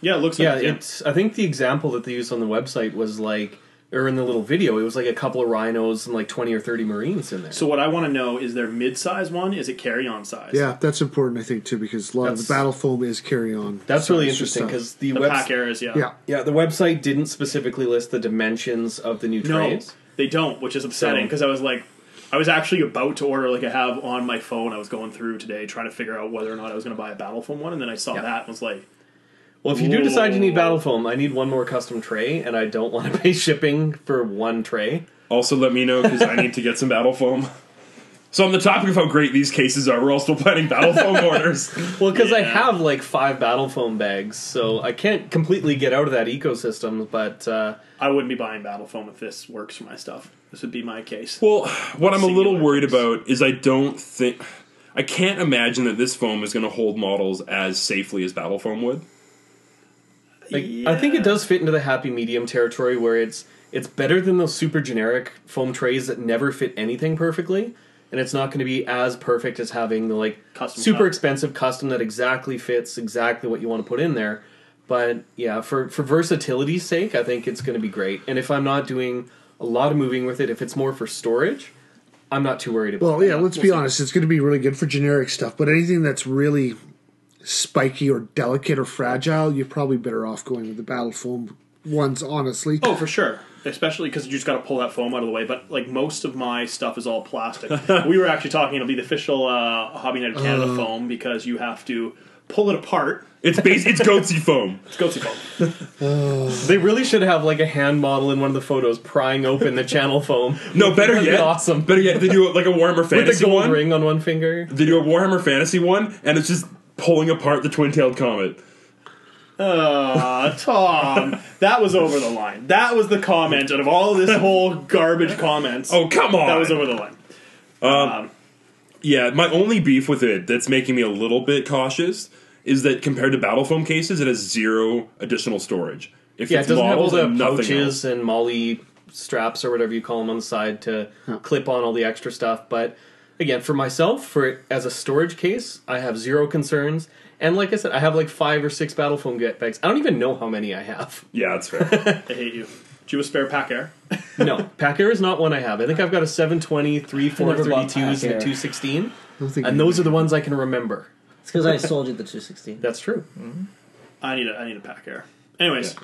[SPEAKER 3] yeah, it looks
[SPEAKER 2] Yeah,
[SPEAKER 3] like it.
[SPEAKER 2] it's. I think the example that they used on the website was like, or in the little video, it was like a couple of rhinos and like twenty or thirty marines in there.
[SPEAKER 3] So what I want to know is their mid-size one is it carry-on size?
[SPEAKER 4] Yeah, that's important, I think, too, because a lot of
[SPEAKER 2] That's-
[SPEAKER 4] the battle foam is carry on.
[SPEAKER 2] that's
[SPEAKER 4] So
[SPEAKER 2] really
[SPEAKER 4] it's just
[SPEAKER 2] interesting
[SPEAKER 4] stuff.
[SPEAKER 2] because the,
[SPEAKER 3] the
[SPEAKER 2] web-
[SPEAKER 3] pack areas. Yeah,
[SPEAKER 4] Yeah.
[SPEAKER 2] yeah the website didn't specifically list the dimensions of the new
[SPEAKER 3] No,
[SPEAKER 2] trays.
[SPEAKER 3] they don't, which is upsetting
[SPEAKER 2] So-
[SPEAKER 3] because I was like, I was actually about to order like I have on my phone. I was going through today trying to figure out whether or not I was going to buy a battle foam one, and then I saw
[SPEAKER 2] Yeah.
[SPEAKER 3] that and was like,
[SPEAKER 2] Well, if you do
[SPEAKER 3] Whoa.
[SPEAKER 2] decide you need battle foam, I need one more custom tray, and I don't want to pay shipping for one tray.
[SPEAKER 1] Also, let me know because I need to get some battle foam. So on the topic of how great these cases are, we're all still planning battle foam orders.
[SPEAKER 2] Well, because I
[SPEAKER 3] Yeah.
[SPEAKER 2] have like five battle foam bags, so I can't completely get out of that ecosystem. But uh,
[SPEAKER 3] I wouldn't be buying battle foam if this works for my stuff. This would be my case.
[SPEAKER 1] Well, what I'm a little
[SPEAKER 3] Singular
[SPEAKER 1] worried
[SPEAKER 3] case.
[SPEAKER 1] about is I don't think I can't imagine that this foam is going to hold models as safely as battle foam would.
[SPEAKER 2] Like, I think it does fit into the happy medium territory where it's it's better than those super generic foam trays that never fit anything perfectly, and it's not going to be as perfect as having the like
[SPEAKER 3] Custom
[SPEAKER 2] super
[SPEAKER 3] cut.
[SPEAKER 2] expensive custom that exactly fits exactly what you want to put in there. But yeah, for for versatility's sake, I think it's going to be great. And if I'm not doing a lot of moving with it, if it's more for storage, I'm not too worried about.
[SPEAKER 4] Well, yeah, let's be
[SPEAKER 3] see.
[SPEAKER 4] honest. It's going to be really good for generic stuff, but anything that's really spiky or delicate or fragile, you're probably better off going with the battle foam ones, honestly.
[SPEAKER 3] Oh, for sure. Especially because you just got to pull that foam out of the way. But like most of my stuff is all plastic. we were actually talking. It'll be the official uh, Hobby Night of Canada foam because you have to pull it apart.
[SPEAKER 1] It's base, it's goatsy foam.
[SPEAKER 3] It's goatsy foam.
[SPEAKER 2] They really should have like a hand model in one of the photos prying open the channel foam.
[SPEAKER 1] No, better
[SPEAKER 2] That'd be
[SPEAKER 1] yet,
[SPEAKER 2] awesome.
[SPEAKER 1] Better yet, they do like a Warhammer
[SPEAKER 2] With a
[SPEAKER 1] Fantasy
[SPEAKER 2] gold
[SPEAKER 1] one.
[SPEAKER 2] ring on one finger.
[SPEAKER 1] They do a Warhammer Fantasy one, and it's just pulling apart the twin-tailed comet.
[SPEAKER 3] Uh, Tom, that was over the line. That was the comment out of all this whole garbage comments.
[SPEAKER 1] Oh come on!
[SPEAKER 3] that was over the line.
[SPEAKER 1] Yeah, my only beef with it that's making me a little bit cautious is that compared to battle foam cases, it has zero additional storage. If
[SPEAKER 2] Yeah, it
[SPEAKER 1] it's
[SPEAKER 2] doesn't have all
[SPEAKER 1] models
[SPEAKER 2] the
[SPEAKER 1] and nothing else.
[SPEAKER 2] pouches and molly straps or whatever you call them on the side to clip on all the extra stuff. But again, for myself, for as a storage case, I have zero concerns. And like I said, I have like five or six battle foam get bags. I don't even know how many I have.
[SPEAKER 1] Yeah, that's fair.
[SPEAKER 3] I hate you. Do you have a spare pack air?
[SPEAKER 2] No, pack air is not one I have. I think I've got a 720, three
[SPEAKER 5] I never
[SPEAKER 2] 432s, and a
[SPEAKER 5] bought Pack Air.
[SPEAKER 2] 216.
[SPEAKER 4] I don't think
[SPEAKER 2] And
[SPEAKER 4] you-
[SPEAKER 2] those are the ones I can remember.
[SPEAKER 5] It's because I sold you the 216.
[SPEAKER 2] That's true.
[SPEAKER 3] I need a I need a pack air. Anyways,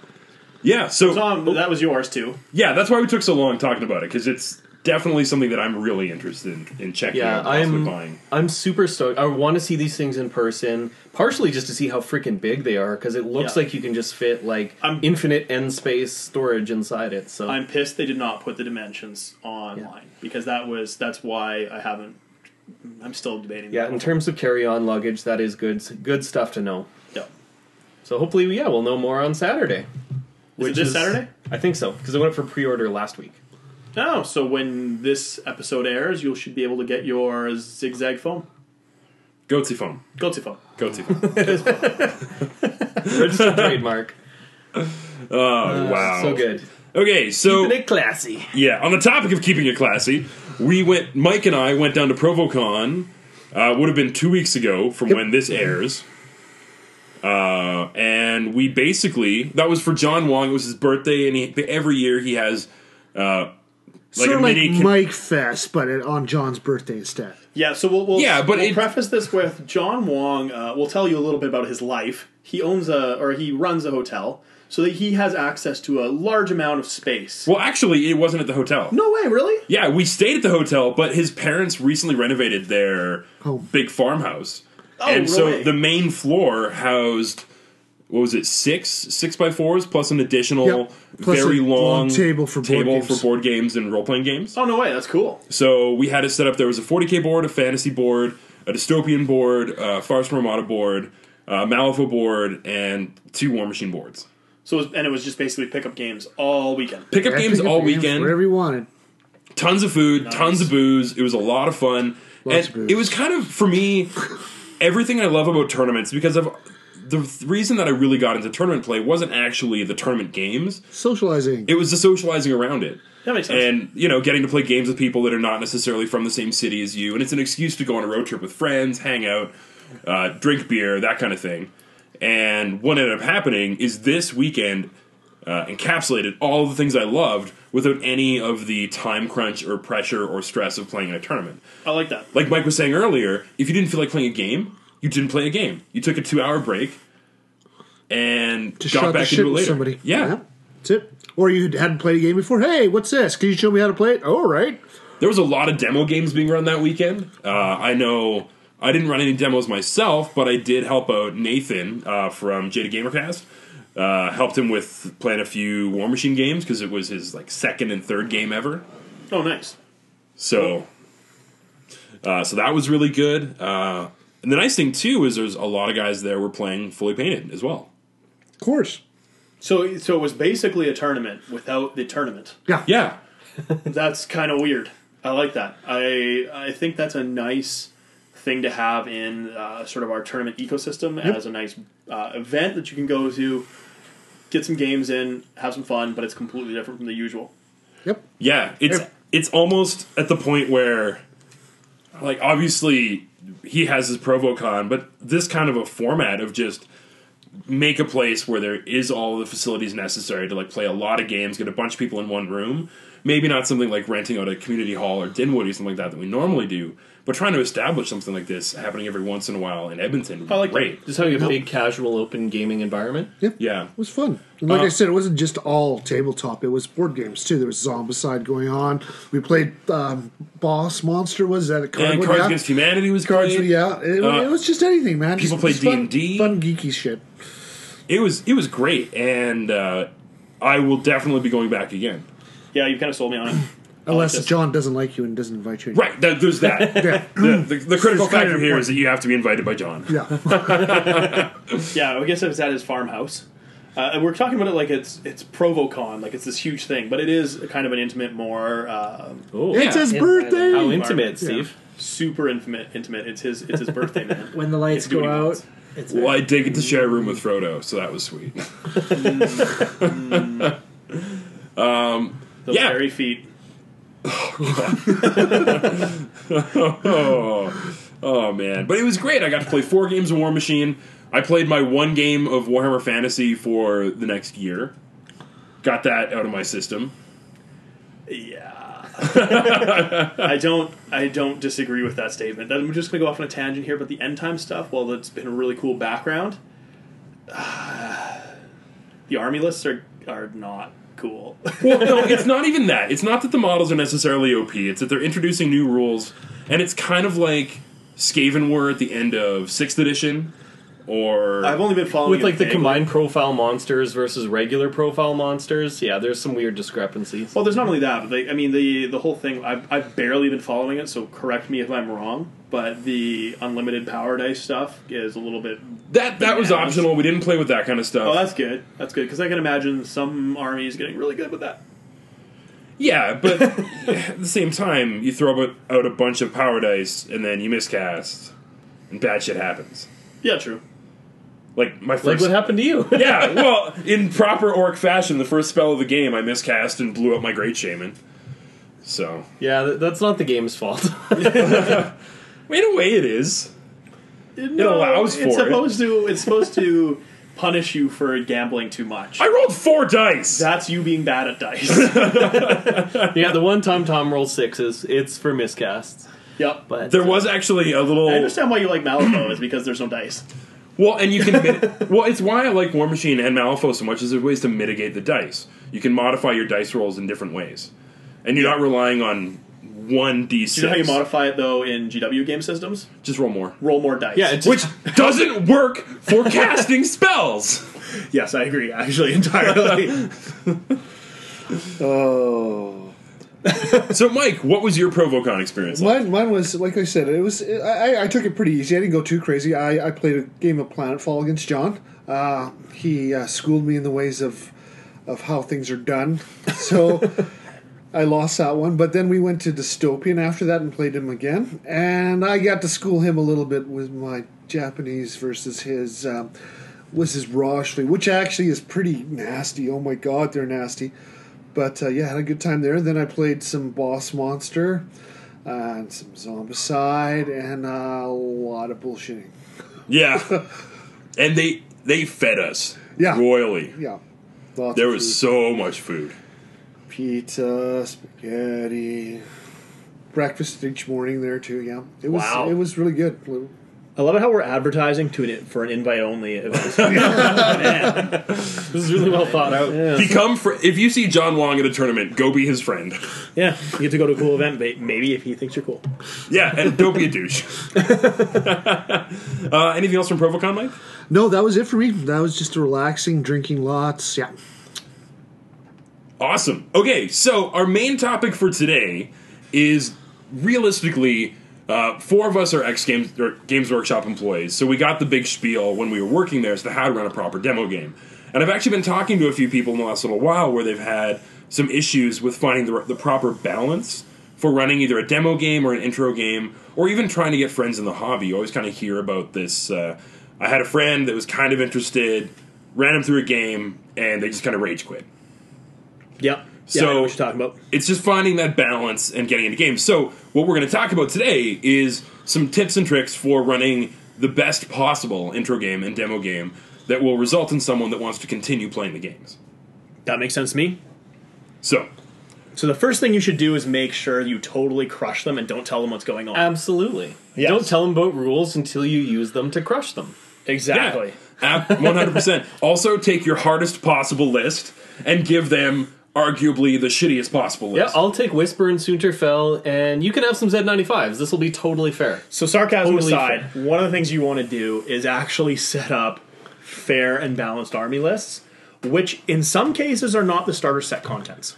[SPEAKER 1] Yeah, Oh. so
[SPEAKER 3] Tom, that was yours too.
[SPEAKER 1] yeah, that's why we took so long talking about it because it's definitely something that I'm really interested in, in checking
[SPEAKER 2] Yeah,
[SPEAKER 1] out, and possibly
[SPEAKER 2] I'm-
[SPEAKER 1] buying.
[SPEAKER 2] I'm super stoked. I want to see these things in person, partially just to see how freaking big they are, because it looks
[SPEAKER 3] Yeah.
[SPEAKER 2] like you can just fit like
[SPEAKER 3] I'm-
[SPEAKER 2] infinite end space storage inside it. So
[SPEAKER 3] I'm pissed they did not put the dimensions online because that was that's why I haven't. I'm still debating.
[SPEAKER 2] yeah, in terms of carry-on luggage, that is good good stuff to know.
[SPEAKER 3] Yeah.
[SPEAKER 2] So hopefully, yeah, we'll know more on Saturday.
[SPEAKER 3] Is it this Saturday?
[SPEAKER 2] I think so, because I went for pre-order last week.
[SPEAKER 3] Oh, so when this episode airs, you should be able to get your zigzag phone,
[SPEAKER 1] Goatsy foam,
[SPEAKER 3] Goatsy phone.
[SPEAKER 1] goatsy foam.
[SPEAKER 2] Registered trademark. Uh,
[SPEAKER 1] Oh wow,
[SPEAKER 2] So good.
[SPEAKER 1] Okay, so
[SPEAKER 2] Keeping it classy.
[SPEAKER 1] Yeah, on the topic of keeping it classy, we went. Mike and I went down to ProvoCon. Uh, would have been two weeks ago from when this airs. Uh, and we basically that was for John Wong. It was his birthday, and he, every year he has uh, like
[SPEAKER 4] sort
[SPEAKER 1] a
[SPEAKER 4] of like
[SPEAKER 1] mini. con-
[SPEAKER 4] Mike Fest, but it, on John's birthday instead.
[SPEAKER 3] Yeah, so we'll, we'll
[SPEAKER 1] Yeah, but
[SPEAKER 3] we'll
[SPEAKER 1] it-
[SPEAKER 3] preface this with John Wong. Uh, we'll tell you a little bit about his life. He owns a or he runs a hotel, so that he has access to a large amount of space.
[SPEAKER 1] well, actually, it wasn't at the hotel.
[SPEAKER 3] No way, really?
[SPEAKER 1] Yeah, we stayed at the hotel, but his parents recently renovated their
[SPEAKER 4] Home.
[SPEAKER 1] big farmhouse,
[SPEAKER 3] Oh,
[SPEAKER 1] and
[SPEAKER 3] no
[SPEAKER 1] so
[SPEAKER 3] way.
[SPEAKER 1] the main floor housed what was it six six by fours plus an additional
[SPEAKER 4] Yep. Plus
[SPEAKER 1] very
[SPEAKER 4] a
[SPEAKER 1] long,
[SPEAKER 4] long table for board
[SPEAKER 1] table
[SPEAKER 4] games.
[SPEAKER 1] for board games and role playing games.
[SPEAKER 3] Oh no way, that's cool.
[SPEAKER 1] So we had it set up. There was a 40k board, a fantasy board, a dystopian board, a Farstorm Armada board, a Malifaux board, and two War Machine boards.
[SPEAKER 3] So it was, and it was just basically pickup games all weekend.
[SPEAKER 1] Pickup
[SPEAKER 4] Yeah,
[SPEAKER 1] games
[SPEAKER 4] pick up
[SPEAKER 1] all
[SPEAKER 4] games
[SPEAKER 1] weekend.
[SPEAKER 4] wherever you wanted.
[SPEAKER 1] tons of food, tons of booze. It was a lot of fun.
[SPEAKER 4] Lots
[SPEAKER 1] and
[SPEAKER 4] of booze.
[SPEAKER 1] it was kind of for me everything I love about tournaments because of the th- reason that I really got into tournament play wasn't actually the tournament games.
[SPEAKER 4] Socializing.
[SPEAKER 1] It was the socializing around it.
[SPEAKER 3] That makes sense.
[SPEAKER 1] And you know, getting to play games with people that are not necessarily from the same city as you, and it's an excuse to go on a road trip with friends, hang out, uh, drink beer, that kind of thing. And what ended up happening is this weekend uh, encapsulated all the things I loved without any of the time crunch or pressure or stress of playing in a tournament.
[SPEAKER 3] I like that.
[SPEAKER 1] Like Mike was saying earlier, if you didn't feel like playing a game, you didn't play a game. You took a two-hour break and
[SPEAKER 4] Just
[SPEAKER 1] got
[SPEAKER 4] shot the
[SPEAKER 1] back
[SPEAKER 4] shit
[SPEAKER 1] into it
[SPEAKER 4] with
[SPEAKER 1] later.
[SPEAKER 4] somebody.
[SPEAKER 1] yeah,
[SPEAKER 4] That's it. Or you hadn't played a game before. Hey, what's this? Can you show me how to play it? Oh, All right.
[SPEAKER 1] there was a lot of demo games being run that weekend. Uh, I know I didn't run any demos myself, but I did help out Nathan uh, from Jada Gamercast. Uh, helped him with playing a few War Machine games because it was his like second and third game ever.
[SPEAKER 3] Oh nice.
[SPEAKER 1] So, uh, so that was really good. Uh, and the nice thing too is there's a lot of guys there were playing fully painted as well.
[SPEAKER 4] Of course.
[SPEAKER 3] So so it was basically a tournament without the tournament.
[SPEAKER 1] Yeah,
[SPEAKER 3] That's kind of weird. I like that. I I think that's a nice thing to have in uh, sort of our tournament ecosystem as a nice uh, event that you can go to, get some games in, have some fun, but it's completely different from the usual.
[SPEAKER 4] Yep.
[SPEAKER 1] Yeah, it's
[SPEAKER 4] If-
[SPEAKER 1] it's almost at the point where, like, obviously he has his Provocon, but this kind of a format of just make a place where there is all the facilities necessary to like play a lot of games, get a bunch of people in one room. Maybe not something like renting out a community hall or Dinwoody, something like that that we normally do, but trying to establish something like this happening every once in a while in Edmonton. Would
[SPEAKER 3] I
[SPEAKER 1] I
[SPEAKER 3] like
[SPEAKER 1] like
[SPEAKER 3] that.
[SPEAKER 1] great.
[SPEAKER 2] Just having a big casual open gaming environment.
[SPEAKER 1] Yeah.
[SPEAKER 4] It was fun. And like
[SPEAKER 1] Uh,
[SPEAKER 4] I said, it wasn't just all tabletop. It was board games too. There was Zombicide going on. We played um, Boss Monster. Was that a card?
[SPEAKER 1] And
[SPEAKER 4] one?
[SPEAKER 1] Cards
[SPEAKER 4] yeah.
[SPEAKER 1] Against Humanity was
[SPEAKER 4] Cards,
[SPEAKER 1] great.
[SPEAKER 4] yeah. It,
[SPEAKER 1] Uh,
[SPEAKER 4] it was just anything, man.
[SPEAKER 1] people
[SPEAKER 4] Just-
[SPEAKER 1] played
[SPEAKER 4] just fun-
[SPEAKER 1] D&D.
[SPEAKER 4] Fun geeky shit.
[SPEAKER 1] Oh, It was it was great, and uh, I will definitely be going back again.
[SPEAKER 3] Yeah, you kind of sold me on it. Uh,
[SPEAKER 4] Unless
[SPEAKER 3] this.
[SPEAKER 4] John doesn't like you and doesn't invite you.
[SPEAKER 1] Right, that, there's that.
[SPEAKER 4] Yeah.
[SPEAKER 1] the, the, the critical
[SPEAKER 4] It's kind
[SPEAKER 1] factor
[SPEAKER 4] of
[SPEAKER 1] here is
[SPEAKER 4] important.
[SPEAKER 1] that you have to be invited by John.
[SPEAKER 4] yeah.
[SPEAKER 3] Yeah, I guess if it's at his farmhouse. Uh, and we're talking about it like it's it's Provocon, like it's this huge thing, but it is kind of an intimate, more uh,
[SPEAKER 2] Oh,
[SPEAKER 4] It's his
[SPEAKER 5] Yeah.
[SPEAKER 4] birthday.
[SPEAKER 2] how intimate,
[SPEAKER 4] Yeah.
[SPEAKER 2] Steve.
[SPEAKER 3] super intimate. Intimate. It's his it's his birthday, man.
[SPEAKER 5] When the lights
[SPEAKER 3] It's doing
[SPEAKER 5] go
[SPEAKER 3] lots.
[SPEAKER 5] out, it's
[SPEAKER 1] Well, I did get to share a room with Frodo, so that was sweet.
[SPEAKER 3] Those
[SPEAKER 1] Yeah.
[SPEAKER 3] hairy feet.
[SPEAKER 1] Oh man, but it was great. I got to play four games of War Machine. I played my one game of Warhammer Fantasy for the next year. Got that out of my system.
[SPEAKER 3] Yeah. I don't I don't disagree with that statement. I'm just gonna go off on a tangent here, but the end time stuff, while that's been a really cool background, the army lists are are not cool.
[SPEAKER 1] Well, no, it's not even that. It's not that the models are necessarily OP. It's that they're introducing new rules, and it's kind of like Skaven were at the end of sixth edition, or
[SPEAKER 3] I've only been
[SPEAKER 6] Oh,
[SPEAKER 3] following
[SPEAKER 2] With
[SPEAKER 3] it
[SPEAKER 2] like the
[SPEAKER 3] vaguely.
[SPEAKER 2] combined profile monsters versus regular profile monsters, yeah, there's some weird discrepancies.
[SPEAKER 3] Well, there's not only that, but they, I mean the the whole thing. I've, I've barely been following it, so correct me if I'm wrong. But the unlimited power dice stuff is a little bit.
[SPEAKER 1] that that was
[SPEAKER 3] Yeah.
[SPEAKER 1] optional. We didn't play with that kind of stuff.
[SPEAKER 3] Oh, that's good. That's good because I can imagine some armies getting really good with that.
[SPEAKER 1] yeah, but at the same time, you throw out- out a bunch of power dice, and then you miscast, and bad shit happens.
[SPEAKER 3] Yeah, true.
[SPEAKER 1] Like my
[SPEAKER 2] Like
[SPEAKER 1] first.
[SPEAKER 2] what happened to you?
[SPEAKER 1] yeah, well, in proper orc fashion, the first spell of the game, I miscast and blew up my great shaman. So,
[SPEAKER 2] yeah, th- that's not the game's fault.
[SPEAKER 1] in a way, it is.
[SPEAKER 3] No,
[SPEAKER 1] allows for
[SPEAKER 3] it's
[SPEAKER 1] it.
[SPEAKER 3] supposed to. It's supposed to punish you for gambling too much.
[SPEAKER 1] I rolled four dice.
[SPEAKER 3] That's you being bad at dice.
[SPEAKER 2] yeah, the one time Tom rolls sixes, it's for miscasts.
[SPEAKER 3] yep. But
[SPEAKER 5] But
[SPEAKER 1] There was actually a
[SPEAKER 3] I
[SPEAKER 1] little
[SPEAKER 3] understand why you like Malifaux is because there's no dice.
[SPEAKER 1] well, and you can mit- well. It's why I like War Machine and Malifaux so much. Is there's ways to mitigate the dice. You can modify your dice rolls in different ways, and you're not relying on one d
[SPEAKER 3] Do you know how you
[SPEAKER 1] six.
[SPEAKER 3] modify it though in GW game systems?
[SPEAKER 1] Just roll more,
[SPEAKER 3] Roll more dice.
[SPEAKER 2] Yeah, it's
[SPEAKER 1] which doesn't work for casting spells.
[SPEAKER 3] yes, I agree. Actually, entirely.
[SPEAKER 4] Oh.
[SPEAKER 1] So, Mike, what was your Provocon experience? Like?
[SPEAKER 4] Mine, mine was like I said. It was I, I- I took it pretty easy. I didn't go too crazy. I, I played a game of Planetfall against John. Uh, he uh, schooled me in the ways of of how things are done. So I lost that one. But then we went to Dystopian after that and played him again. And I got to school him a little bit with my Japanese versus his um, was his Roshley, which actually is pretty nasty. Oh my God, they're nasty. But uh, yeah, had a good time there. Then I played some boss monster uh, and some zombicide and uh, a lot of bullshitting.
[SPEAKER 1] Yeah, and they they fed us
[SPEAKER 4] Yeah.
[SPEAKER 1] royally.
[SPEAKER 4] Yeah. Lots
[SPEAKER 1] There
[SPEAKER 4] of
[SPEAKER 1] was so much food.
[SPEAKER 4] food. pizza, spaghetti, breakfast each morning there too. Yeah, it was
[SPEAKER 3] Wow.
[SPEAKER 4] it was really good.
[SPEAKER 3] I love it how we're advertising to an, for an invite only. event.
[SPEAKER 2] This is really well thought out.
[SPEAKER 1] Become fr- if you see John Wong at a tournament, go be his friend.
[SPEAKER 6] Yeah, you get to go to a cool event, ba- maybe if he thinks you're cool.
[SPEAKER 1] Yeah, and don't be a douche. uh, anything else from Provocon, Mike?
[SPEAKER 4] No, that was it for me. That was just relaxing, drinking lots. Yeah.
[SPEAKER 1] Awesome. Okay, so our main topic for today is realistically, uh, four of us are ex Games or Games Workshop employees, so we got the big spiel when we were working there as to how to run a proper demo game. And I've actually been talking to a few people in the last little while where they've had some issues with finding the, the proper balance for running either a demo game or an intro game, or even trying to get friends in the hobby. You always kind of hear about this. Uh, I had a friend that was kind of interested, ran him through a game, and they just kind of rage quit.
[SPEAKER 6] Yep.
[SPEAKER 1] So-
[SPEAKER 6] yeah, I know what you're talking about?
[SPEAKER 1] it's just finding that balance and getting into games. So, what we're going to talk about today is some tips and tricks for running the best possible intro game and demo game that will result in someone that wants to continue playing the games.
[SPEAKER 6] That makes sense to me.
[SPEAKER 1] So,
[SPEAKER 3] so the first thing you should do is make sure you totally crush them and don't tell them what's going on.
[SPEAKER 2] Um, Absolutely.
[SPEAKER 6] Yes.
[SPEAKER 2] Don't tell them about rules until you use them to crush them.
[SPEAKER 6] Exactly.
[SPEAKER 1] app 100%. also, take your hardest possible list and give them arguably the shittiest possible
[SPEAKER 2] Yeah,
[SPEAKER 1] list.
[SPEAKER 2] I'll take Whisper and Sunterfell, and you can have some Z95s. This will be totally fair.
[SPEAKER 6] So sarcasm
[SPEAKER 2] Totally
[SPEAKER 6] aside, one of the things you want to do is actually set up fair and balanced army lists, which in some cases are not the starter set contents.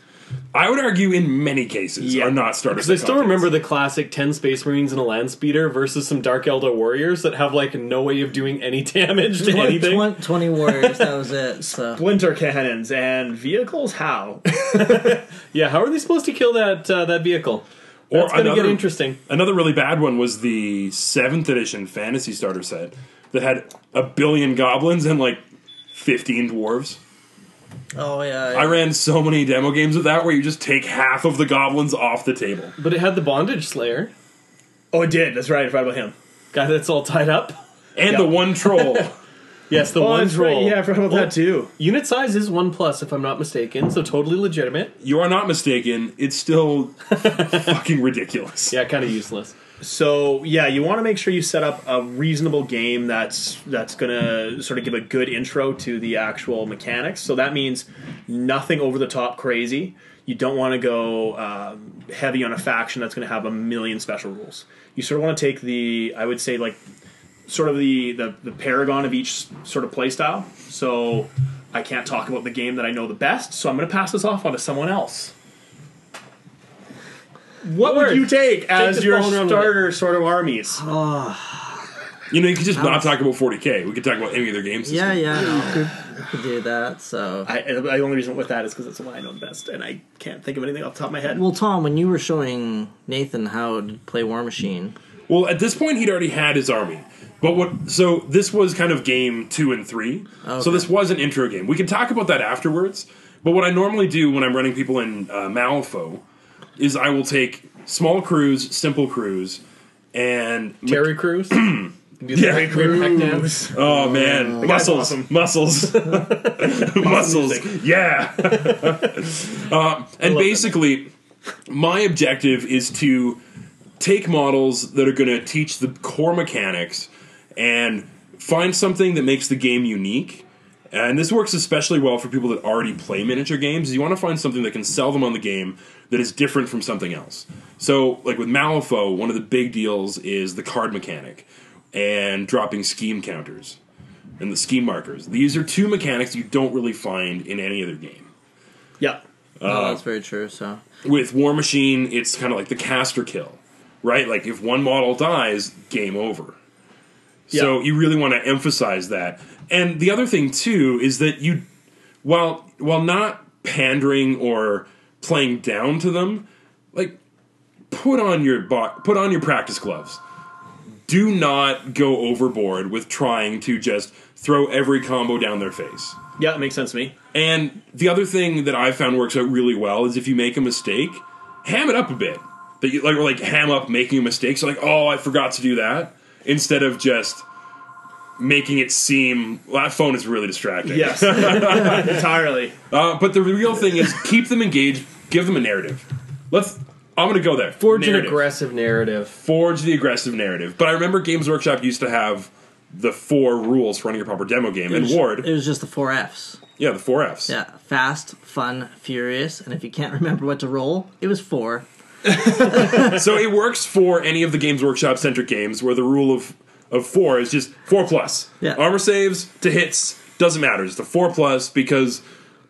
[SPEAKER 1] I would argue in many cases
[SPEAKER 6] Yeah.
[SPEAKER 1] are not starter
[SPEAKER 2] Because I
[SPEAKER 1] set
[SPEAKER 2] still
[SPEAKER 1] contents.
[SPEAKER 2] remember the classic 10 Space Marines and a Land Speeder versus some Dark Elder Warriors that have, like, no way of doing any damage to
[SPEAKER 5] twen-
[SPEAKER 2] anything.
[SPEAKER 5] twen- 20 warriors, that was it. So.
[SPEAKER 6] Splinter cannons and vehicles. How?
[SPEAKER 2] Yeah, how are they supposed to kill that uh, that vehicle?
[SPEAKER 1] Or
[SPEAKER 2] That's going to get
[SPEAKER 1] another-
[SPEAKER 2] interesting.
[SPEAKER 1] Another really bad one was the seventh edition fantasy starter set that had a billion goblins and like fifteen dwarves.
[SPEAKER 5] Oh, yeah.
[SPEAKER 1] I ran so many demo games of that where you just take half of the goblins off the table.
[SPEAKER 2] But it had the Bondage Slayer.
[SPEAKER 6] oh, it did. That's right. I forgot about him.
[SPEAKER 2] Guy that's all tied up.
[SPEAKER 1] And the one troll.
[SPEAKER 2] Yes, the
[SPEAKER 6] Oh,
[SPEAKER 2] one
[SPEAKER 6] that's right.
[SPEAKER 2] troll.
[SPEAKER 6] Yeah, I forgot about that too.
[SPEAKER 2] Unit size is 1 plus, if I'm not mistaken, so totally legitimate.
[SPEAKER 1] you are not mistaken, it's still fucking ridiculous.
[SPEAKER 2] Yeah, kind of useless.
[SPEAKER 3] So yeah, you want to make sure you set up a reasonable game that's that's gonna sort of give a good intro to the actual mechanics. So that means nothing over the top crazy. You don't want to go um, heavy on a faction that's going to have a million special rules. You sort of want to take the I would say like sort of the, the the paragon of each sort of playstyle. So I can't talk about the game that I know the best, so I'm going to pass this off onto someone else. What would
[SPEAKER 2] Word.
[SPEAKER 3] you take as
[SPEAKER 2] this
[SPEAKER 3] your
[SPEAKER 2] ball and run with it.
[SPEAKER 3] starter sort of armies?
[SPEAKER 1] You know, you could just not talk about 40k. We could talk about any other games.
[SPEAKER 5] Yeah, yeah, no, you could do that. So,
[SPEAKER 3] I, I- the only reason with that is because it's the one I know the best, and I can't think of anything off the top of my head.
[SPEAKER 5] well, Tom, when you were showing Nathan how to play War Machine,
[SPEAKER 1] Well, at this point, he'd already had his army. But what? So this was kind of game two and three. So this was an intro game. We can talk about that afterwards. But what I normally do when I'm running people in uh, Malifaux is I will take small crews, simple crews, and
[SPEAKER 2] Terry Crews. Do the
[SPEAKER 1] Terry
[SPEAKER 2] great weird peck dance.
[SPEAKER 1] oh man, muscles,
[SPEAKER 3] awesome.
[SPEAKER 1] muscles, muscles, yeah. uh, and basically, my objective is to take models that are going to teach the core mechanics and find something that makes the game unique. And this works especially well for people that already play miniature games. Is you want to find something that can sell them on the game that is different from something else. So, like with Malifaux, one of the big deals is the card mechanic and dropping scheme counters and the scheme markers. These are two mechanics you don't really find in any other game.
[SPEAKER 3] yeah,
[SPEAKER 5] oh, that's very true. So,
[SPEAKER 1] With War Machine, it's kind of like the caster kill, right? Like if one model dies, game over. So you really want to emphasize that. And the other thing too is that you while while not pandering or playing down to them, like put on your bo- put on your practice gloves. Do not go overboard with trying to just throw every combo down their face.
[SPEAKER 3] yeah, it makes sense to me.
[SPEAKER 1] And the other thing that I found works out really well is if you make a mistake, ham it up a bit. That you like, or like ham up making a mistake. So like, oh, I forgot to do that. Instead of just making it seem well, that phone is really distracting.
[SPEAKER 3] Yes, entirely.
[SPEAKER 1] Uh, but the real thing is keep them engaged. Give them a narrative. Let's. I'm gonna go there.
[SPEAKER 2] Forge an
[SPEAKER 1] Narrative.
[SPEAKER 2] aggressive narrative.
[SPEAKER 1] Forge the aggressive narrative. But I remember Games Workshop used to have the four rules for running a proper demo game. And
[SPEAKER 5] it
[SPEAKER 1] Ward,
[SPEAKER 5] was just the four Fs.
[SPEAKER 1] yeah, the four Fs.
[SPEAKER 5] Yeah, fast, fun, furious, and if you can't remember what to roll, it was four.
[SPEAKER 1] So it works for any of the Games Workshop centric games where the rule of of four is just four plus.
[SPEAKER 5] Yeah.
[SPEAKER 1] Armor saves to hits doesn't matter. It's the four plus because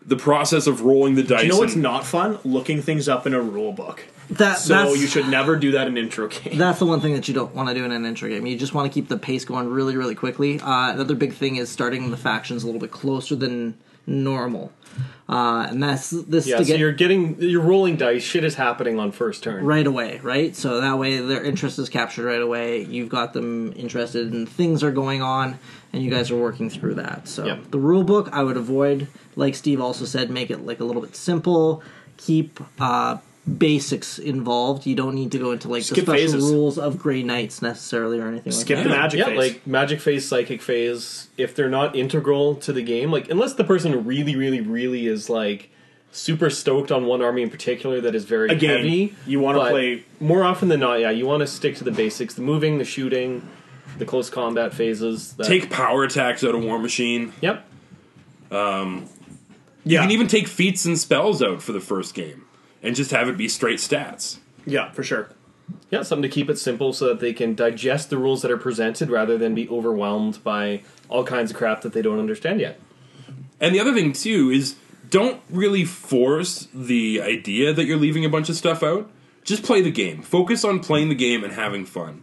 [SPEAKER 1] the process of rolling the dice.
[SPEAKER 3] You know what's
[SPEAKER 1] and-
[SPEAKER 3] not fun? Looking things up in a rule book.
[SPEAKER 5] That
[SPEAKER 3] So
[SPEAKER 5] that's,
[SPEAKER 3] you should never do that in intro game.
[SPEAKER 5] That's the one thing that you don't want to do in an intro game. You just want to keep the pace going really, really quickly. Uh, another big thing is starting the factions a little bit closer than normal, uh, and that's this
[SPEAKER 2] Yeah,
[SPEAKER 5] to
[SPEAKER 2] so
[SPEAKER 5] get
[SPEAKER 2] you're getting you're rolling dice. Shit is happening on first turn.
[SPEAKER 5] right away, right? So that way their interest is captured right away. You've got them interested, and things are going on, and you guys are working through that. So
[SPEAKER 2] Yep.
[SPEAKER 5] the rule book I would avoid. Like Steve also said, make it like a little bit simple. Keep. Uh, basics involved you don't need to go into like
[SPEAKER 3] Skip
[SPEAKER 5] the special
[SPEAKER 3] phases.
[SPEAKER 5] rules of gray knights necessarily or anything like that.
[SPEAKER 3] Skip the magic
[SPEAKER 2] yeah,
[SPEAKER 3] phase.
[SPEAKER 2] like magic phase, psychic phase. If they're not integral to the game, like unless the person really, really, really is like super stoked on one army in particular that is very
[SPEAKER 3] Again,
[SPEAKER 2] heavy,
[SPEAKER 3] you wanna
[SPEAKER 2] but
[SPEAKER 3] play-
[SPEAKER 2] more often than not. Yeah, you want to stick to the basics: the moving, the shooting, the close combat phases. That,
[SPEAKER 1] Take power attacks out of War Machine.
[SPEAKER 2] yep.
[SPEAKER 1] You
[SPEAKER 3] yeah,
[SPEAKER 1] can even take feats and spells out for the first game and just have it be straight stats.
[SPEAKER 3] yeah, for sure.
[SPEAKER 2] Yeah, something to keep it simple so that they can digest the rules that are presented rather than be overwhelmed by all kinds of crap that they don't understand yet.
[SPEAKER 1] And the other thing too is don't really force the idea that you're leaving a bunch of stuff out. Just play the game. Focus on playing the game and having fun.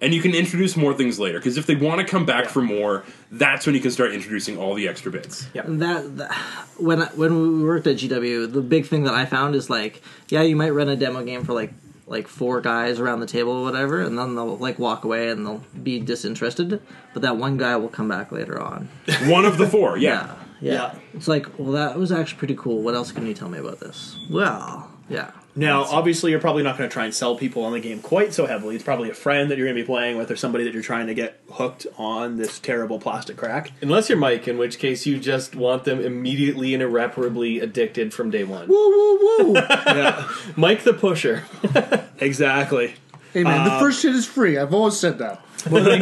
[SPEAKER 1] And you can introduce more things later because if they want to come back for more, that's when you can start introducing all the extra bits.
[SPEAKER 5] that, that when I- when we worked at GW, the big thing that I found is like, yeah, you might run a demo game for like like four guys around the table or whatever, and then they'll like walk away and they'll be disinterested, but that one guy will come back later on.
[SPEAKER 1] One of the four, yeah.
[SPEAKER 5] Yeah. Yeah. It's like, well, that was actually pretty cool. What else can you tell me about this? Well, yeah.
[SPEAKER 3] Now, obviously, you're probably not going to try and sell people on the game quite so heavily. It's probably a friend that you're going to be playing with, or somebody that you're trying to get hooked on this terrible plastic crack.
[SPEAKER 2] Unless you're Mike, in which case you just want them immediately and irreparably addicted from day one.
[SPEAKER 5] Woo woo woo.
[SPEAKER 3] Yeah,
[SPEAKER 2] Mike the Pusher.
[SPEAKER 3] exactly.
[SPEAKER 4] Hey man, the first shit is free. I've always said that.
[SPEAKER 6] one of, the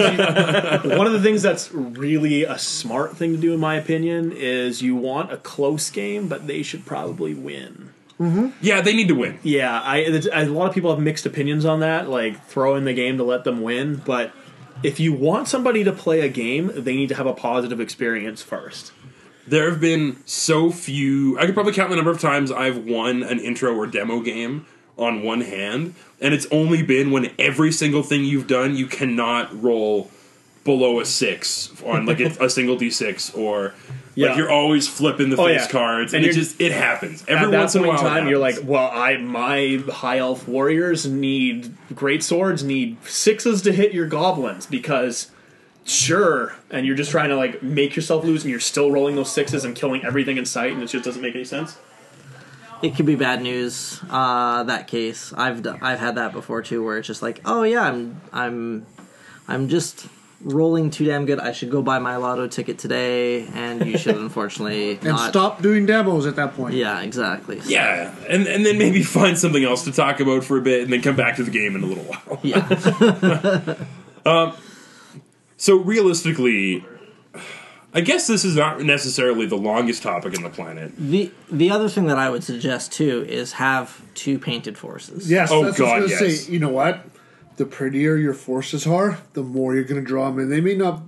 [SPEAKER 6] things, one of the things that's really a smart thing to do, in my opinion, is you want a close game, but they should probably win.
[SPEAKER 1] Yeah, they need to win.
[SPEAKER 6] Yeah, I, it's- a lot of people have mixed opinions on that, like throw in the game to let them win. But if you want somebody to play a game, they need to have a positive experience first.
[SPEAKER 1] There have been so few. I could probably count the number of times I've won an intro or demo game on one hand, and it's only been when every single thing you've done you cannot roll below a six on like a, a single d6 or
[SPEAKER 6] Yeah. Oh,
[SPEAKER 1] like you're always flipping the face
[SPEAKER 6] yeah.
[SPEAKER 1] cards,
[SPEAKER 6] And
[SPEAKER 1] and, it
[SPEAKER 6] you're-
[SPEAKER 1] just it happens every
[SPEAKER 6] At that
[SPEAKER 1] once in a
[SPEAKER 6] point in
[SPEAKER 1] while. it
[SPEAKER 6] time, you're like,
[SPEAKER 1] happens.
[SPEAKER 6] well, I my high elf warriors need great swords, need sixes to hit your goblins because sure, and you're just trying to like make yourself lose, and you're still rolling those sixes and killing everything in sight, and it just doesn't make any sense.
[SPEAKER 5] It could be bad news. Uh, that case, I've d- I've had that before too, where it's just like, oh yeah, I'm I'm I'm just rolling too damn good. I should go buy my lotto ticket today, and you should unfortunately
[SPEAKER 4] And
[SPEAKER 5] not.
[SPEAKER 4] stop doing demos at that point.
[SPEAKER 5] Yeah, exactly.
[SPEAKER 1] yeah, and and then maybe find something else to talk about for a bit, and then come back to the game in a little while.
[SPEAKER 5] yeah.
[SPEAKER 1] So realistically. I guess this is not necessarily the longest topic in the planet.
[SPEAKER 5] The the other thing that I would suggest too is have two painted forces.
[SPEAKER 4] Yes.
[SPEAKER 1] Oh,
[SPEAKER 4] that's what I was
[SPEAKER 1] God,
[SPEAKER 4] gonna
[SPEAKER 1] yes.
[SPEAKER 4] say. You know what? The prettier your forces are, the more you're going to draw them in. They may not.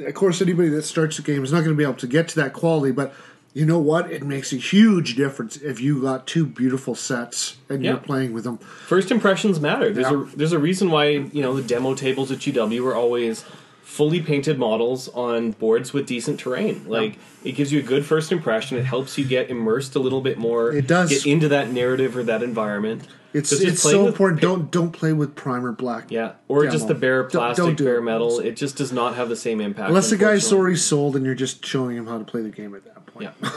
[SPEAKER 4] Of course, anybody that starts the game is not going to be able to get to that quality, but you know what? It makes a huge difference if you got two beautiful sets and you're
[SPEAKER 2] Yeah.
[SPEAKER 4] playing with them.
[SPEAKER 2] First impressions matter. There's
[SPEAKER 4] Yeah.
[SPEAKER 2] a there's a reason why you know the demo tables at GW are always fully painted models on boards with decent terrain. Like it gives you a good first impression. It helps you get immersed a little bit more.
[SPEAKER 4] It does.
[SPEAKER 2] get into that narrative or that environment.
[SPEAKER 4] It's
[SPEAKER 2] Just
[SPEAKER 4] it's
[SPEAKER 2] playing
[SPEAKER 4] so
[SPEAKER 2] with
[SPEAKER 4] important.
[SPEAKER 2] pa-
[SPEAKER 4] don't don't play with primer black.
[SPEAKER 2] yeah, or
[SPEAKER 4] Demo.
[SPEAKER 2] just the bare
[SPEAKER 4] Don't- don't
[SPEAKER 2] plastic,
[SPEAKER 4] do
[SPEAKER 2] bare
[SPEAKER 4] it.
[SPEAKER 2] metal. It just does not have the same impact.
[SPEAKER 4] Unless the guy's
[SPEAKER 2] unfortunately.
[SPEAKER 4] already sold and you're just showing him how to play the game at that point.
[SPEAKER 2] Yeah.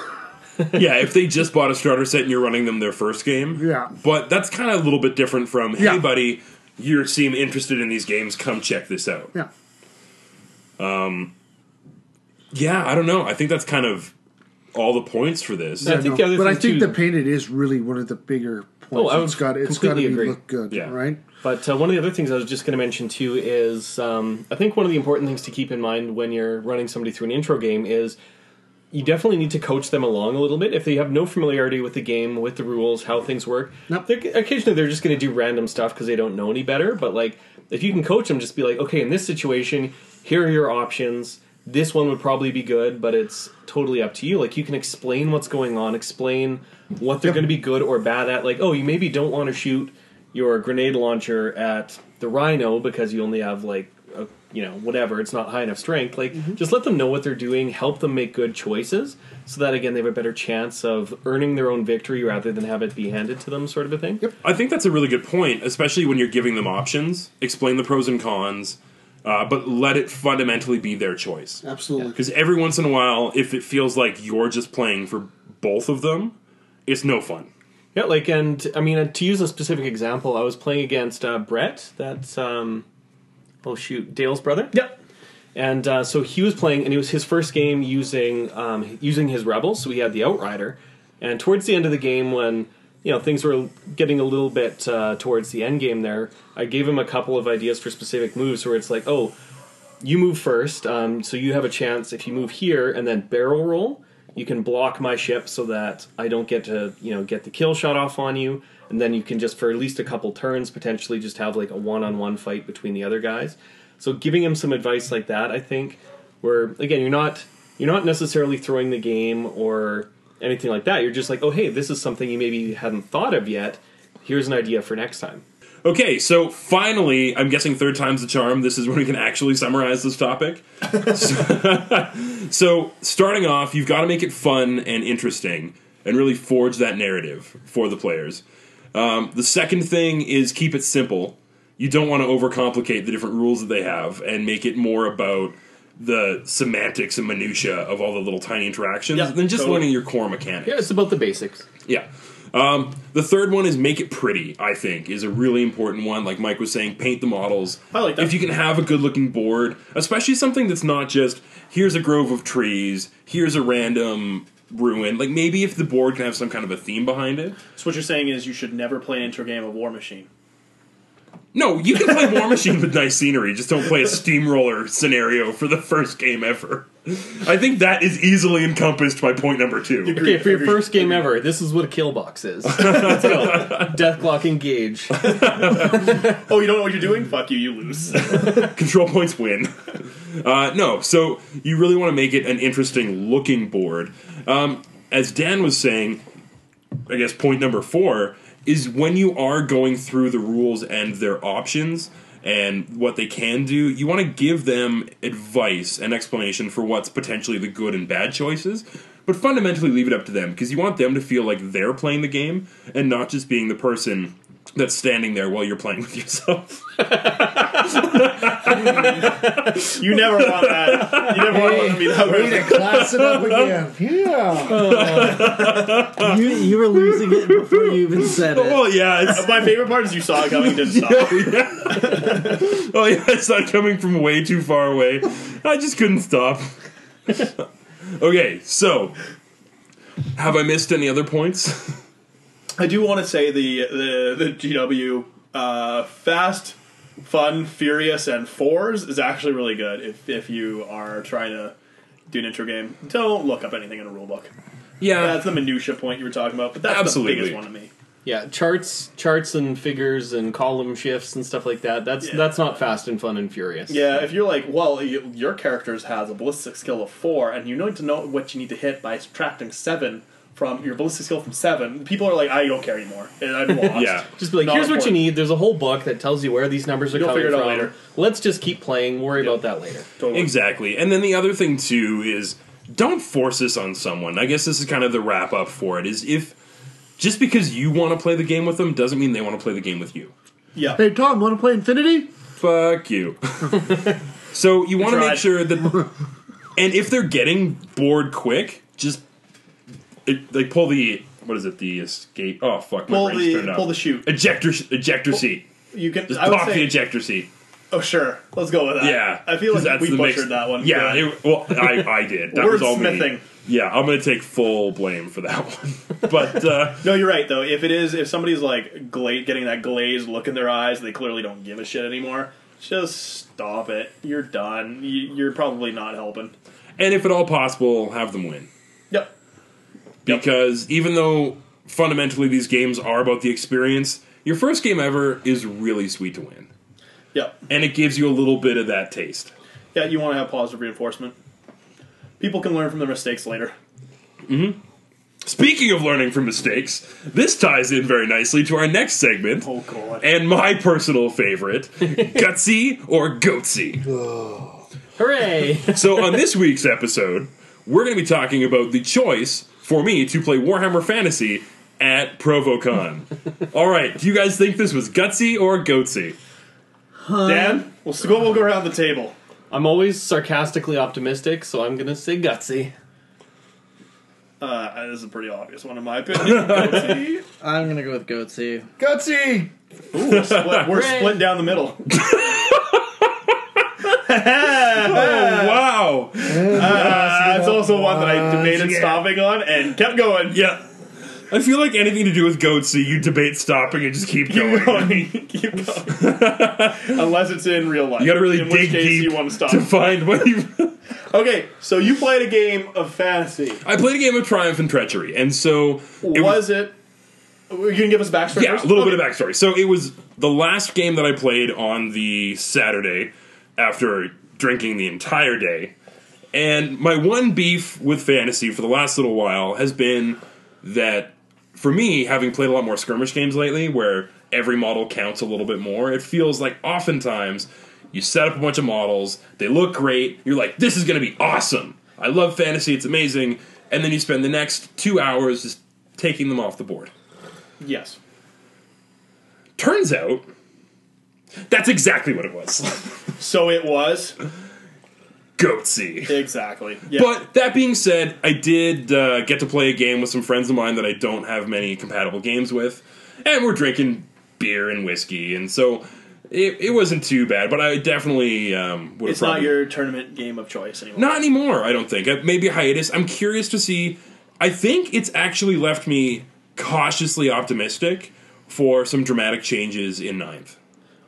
[SPEAKER 1] yeah, if they just bought a starter set and you're running them their first game.
[SPEAKER 4] Yeah.
[SPEAKER 1] But that's kind of a little bit different from, hey,
[SPEAKER 4] Yeah.
[SPEAKER 1] buddy, you seem interested in these games, come check this out.
[SPEAKER 4] Yeah.
[SPEAKER 1] Yeah, I don't know. I think that's kind of all the points for this.
[SPEAKER 2] Yeah. I
[SPEAKER 4] I
[SPEAKER 2] think
[SPEAKER 4] know.
[SPEAKER 2] the other
[SPEAKER 4] but I
[SPEAKER 2] thing,
[SPEAKER 4] think
[SPEAKER 2] too- Oh,
[SPEAKER 4] the painted is really one of the bigger points.
[SPEAKER 2] I would
[SPEAKER 4] it's got it's got to be
[SPEAKER 2] completely agree.
[SPEAKER 4] look good,
[SPEAKER 1] Yeah.
[SPEAKER 4] right?
[SPEAKER 2] But uh, one of the other things I was just going to mention too is um, I think one of the important things to keep in mind when you're running somebody through an intro game is you definitely need to coach them along a little bit. If they have no familiarity with the game, with the rules, how things work,
[SPEAKER 4] Nope.
[SPEAKER 2] they're, occasionally they're just going to do random stuff because they don't know any better. But like, if you can coach them, just be like, okay, in this situation, here are your options. This one would probably be good, but it's totally up to you. Like, you can explain what's going on, explain what they're
[SPEAKER 4] Yep.
[SPEAKER 2] going to be good or bad at. Like, oh, you maybe don't want to shoot your grenade launcher at the rhino because you only have like a, you know whatever it's not high enough strength like just let them know what they're doing help them make good choices so that again they have a better chance of earning their own victory rather than have it be handed to them sort of a thing yep.
[SPEAKER 1] I think that's a really good point, especially when you're giving them options. Explain the pros and cons, uh, but let it fundamentally be their choice.
[SPEAKER 4] Absolutely.
[SPEAKER 1] Because every once in a while, if it feels like you're just playing for both of them, it's no fun.
[SPEAKER 2] yeah like and i mean uh, to use a specific example i was playing against uh, brett that's um oh shoot dale's brother
[SPEAKER 6] Yep.
[SPEAKER 2] And uh, so he was playing, and it was his first game using um, using his rebels. So he had the outrider, and towards the end of the game, when you know things were getting a little bit uh, towards the end game, there, I gave him a couple of ideas for specific moves where it's like, oh, you move first, um, so you have a chance if you move here and then barrel roll, you can block my ship so that I don't get to you know get the kill shot off on you, and then you can just for at least a couple turns potentially just have like a one on one fight between the other guys. So giving him some advice like that, I think, where again you're not you're not necessarily throwing the game or anything like that. You're just like, oh hey, this is something you maybe hadn't thought of yet. Here's an idea for next time.
[SPEAKER 1] Okay, so finally, I'm guessing third time's the charm. This is when we can actually summarize this topic. so, so starting off, you've got to make it fun and interesting and really forge that narrative for the players. Um, the second thing is keep it simple. You don't want to overcomplicate the different rules that they have and make it more about the semantics and minutia of all the little tiny interactions
[SPEAKER 6] Yeah,
[SPEAKER 1] than just
[SPEAKER 6] totally.
[SPEAKER 1] learning your core mechanics.
[SPEAKER 2] Yeah, it's about the basics.
[SPEAKER 1] Yeah. Um, the third one is make it pretty. I think is a really important one. Like Mike was saying, paint the models.
[SPEAKER 6] I like that.
[SPEAKER 1] If you can have a good looking board, especially something that's not just here's a grove of trees, here's a random ruin. Like maybe if the board can have some kind of a theme behind it.
[SPEAKER 3] So what you're saying is you should never play an intro game of War Machine.
[SPEAKER 1] No, you can play War Machine with nice scenery. Just don't play a steamroller scenario for the first game ever. I think that is easily encompassed by point number two.
[SPEAKER 2] Okay, for your first game ever, this is what a kill box is. Let's go. Death clock engage.
[SPEAKER 3] Oh, you don't know what you're doing? Fuck you, you lose.
[SPEAKER 1] Control points win. Uh, no, so you really want to make it an interesting looking board. Um, as Dan was saying, I guess point number four is when you are going through the rules and their options and what they can do, you want to give them advice and explanation for what's potentially the good and bad choices, but fundamentally leave it up to them because you want them to feel like they're playing the game and not just being the person that's standing there while you're playing with yourself.
[SPEAKER 3] You never want that. You never want to be that
[SPEAKER 4] Way
[SPEAKER 3] way.
[SPEAKER 4] to class it up again. Yeah.
[SPEAKER 5] You, you were losing it before you even said it.
[SPEAKER 1] well, yeah, it's,
[SPEAKER 3] My favorite part is you saw it coming and didn't stop.
[SPEAKER 1] Oh yeah, it's not coming from way too far away. I just couldn't stop. okay, so have I missed any other points?
[SPEAKER 3] I do want to say the the, the GW uh, fast, fun, furious, and fours is actually really good if if you are trying to do an intro game. Don't look up anything in a rule book.
[SPEAKER 1] Yeah,
[SPEAKER 3] That's the minutia point you were talking about, but that's
[SPEAKER 1] Absolutely.
[SPEAKER 3] the biggest one to me.
[SPEAKER 2] Yeah, charts, charts, and figures, and column shifts and stuff like that. That's
[SPEAKER 3] Yeah.
[SPEAKER 2] that's not fast and fun and furious.
[SPEAKER 3] Yeah, if you're like, well, y your character's has a ballistic skill of four, and you need to know what you need to hit by subtracting seven from your ballistic skill from seven, people are like, I don't care anymore. And I'm lost.
[SPEAKER 1] yeah.
[SPEAKER 2] Just be like,
[SPEAKER 3] Not
[SPEAKER 2] here's what you
[SPEAKER 3] important.
[SPEAKER 2] need. There's a whole book that tells you where these numbers are
[SPEAKER 3] You'll
[SPEAKER 2] coming
[SPEAKER 3] figure it out
[SPEAKER 2] from.
[SPEAKER 3] later.
[SPEAKER 2] Let's just keep playing. Worry about that later.
[SPEAKER 3] Totally.
[SPEAKER 1] Exactly. And then the other thing too is don't force this on someone. I guess this is kind of the wrap up for it. Is if just because you want to play the game with them doesn't mean they want to play the game with you.
[SPEAKER 3] Yeah.
[SPEAKER 4] Hey, Tom, want to play Infinity?
[SPEAKER 1] Fuck you. so you want to make
[SPEAKER 3] Tried.
[SPEAKER 1] sure that, and if they're getting bored quick, just it, like pull the what is it? The escape. Oh fuck! My
[SPEAKER 3] Pull
[SPEAKER 1] brain's
[SPEAKER 3] the-
[SPEAKER 1] turned off.
[SPEAKER 3] pull the chute.
[SPEAKER 1] Ejector sh- ejector seat.
[SPEAKER 3] You can
[SPEAKER 1] Just
[SPEAKER 3] I would
[SPEAKER 1] pop
[SPEAKER 3] say-
[SPEAKER 1] the ejector seat.
[SPEAKER 3] Oh sure, let's go with that.
[SPEAKER 1] Yeah,
[SPEAKER 3] I feel
[SPEAKER 1] 'cause
[SPEAKER 3] like
[SPEAKER 1] that's
[SPEAKER 3] we
[SPEAKER 1] the
[SPEAKER 3] butchered
[SPEAKER 1] mix-
[SPEAKER 3] that one.
[SPEAKER 1] Yeah, it- well, I, I did. That was all me.
[SPEAKER 3] Wordsmithing.
[SPEAKER 1] Yeah, I'm gonna take full blame for that one. But uh,
[SPEAKER 3] no, you're right though. If it is, if somebody's like gla- getting that glazed look in their eyes, they clearly don't give a shit anymore. Just stop it. You're done. You, you're probably not helping.
[SPEAKER 1] and if at all possible, have them win.
[SPEAKER 3] Yep.
[SPEAKER 1] because even though fundamentally these games are about the experience, your first game ever is really sweet to win,
[SPEAKER 3] Yep.
[SPEAKER 1] and it gives you a little bit of that taste.
[SPEAKER 3] Yeah, you want to have positive reinforcement. People can learn from their mistakes later.
[SPEAKER 1] Speaking of learning from mistakes, this ties in very nicely to our next segment.
[SPEAKER 3] Oh god.
[SPEAKER 1] And my personal favorite, Gutsy or Goatsy.
[SPEAKER 2] Hooray!
[SPEAKER 1] So, on this week's episode, we're going to be talking about the choice for me to play Warhammer Fantasy at ProvoCon. All right, do you guys think this was Gutsy or Goatsy?
[SPEAKER 3] Dan, we'll s- go. We'll go around the table.
[SPEAKER 2] I'm always sarcastically optimistic, so I'm gonna say gutsy.
[SPEAKER 3] Uh, this is a pretty obvious one in my opinion. Goatsy.
[SPEAKER 5] I'm gonna go with Goatsy.
[SPEAKER 4] Gutsy!
[SPEAKER 3] Ooh, we're split, we're
[SPEAKER 2] Hooray.
[SPEAKER 3] split down the middle.
[SPEAKER 1] Wow!
[SPEAKER 3] Uh, it's also one that I debated
[SPEAKER 4] yeah.
[SPEAKER 3] stopping on and kept going.
[SPEAKER 1] Yeah. I feel like anything to do with Goatsy, you debate stopping and just keep going.
[SPEAKER 3] Keep going. Keep going. Unless it's in real life.
[SPEAKER 1] You gotta really
[SPEAKER 3] in
[SPEAKER 1] dig
[SPEAKER 3] which case
[SPEAKER 1] deep
[SPEAKER 3] you want to stop.
[SPEAKER 1] to find what you.
[SPEAKER 3] okay, so you played a game of fantasy.
[SPEAKER 1] I played a game of Triumph and Treachery, and so
[SPEAKER 3] was, it? You can give us backstory.
[SPEAKER 1] yeah, a
[SPEAKER 3] first?
[SPEAKER 1] little
[SPEAKER 3] Okay.
[SPEAKER 1] bit of backstory. So it was the last game that I played on the Saturday after drinking the entire day. And my one beef with fantasy for the last little while has been that for me, having played a lot more skirmish games lately where every model counts a little bit more, it feels like oftentimes you set up a bunch of models, they look great, you're like, this is going to be awesome. I love fantasy, it's amazing. And then you spend the next two hours just taking them off the board.
[SPEAKER 3] Yes.
[SPEAKER 1] Turns out, that's exactly what it was.
[SPEAKER 3] So it was
[SPEAKER 1] Goatsy.
[SPEAKER 3] exactly. Yeah.
[SPEAKER 1] But that being said, I did uh, get to play a game with some friends of mine that I don't have many compatible games with, and we're drinking beer and whiskey, and so it, it wasn't too bad. But I definitely um, would. have
[SPEAKER 3] it's not
[SPEAKER 1] probably-
[SPEAKER 3] your tournament game of choice anymore.
[SPEAKER 1] Not anymore. I don't think. Uh, Maybe a hiatus. I'm curious to see. I think it's actually left me cautiously optimistic for some dramatic changes in ninth.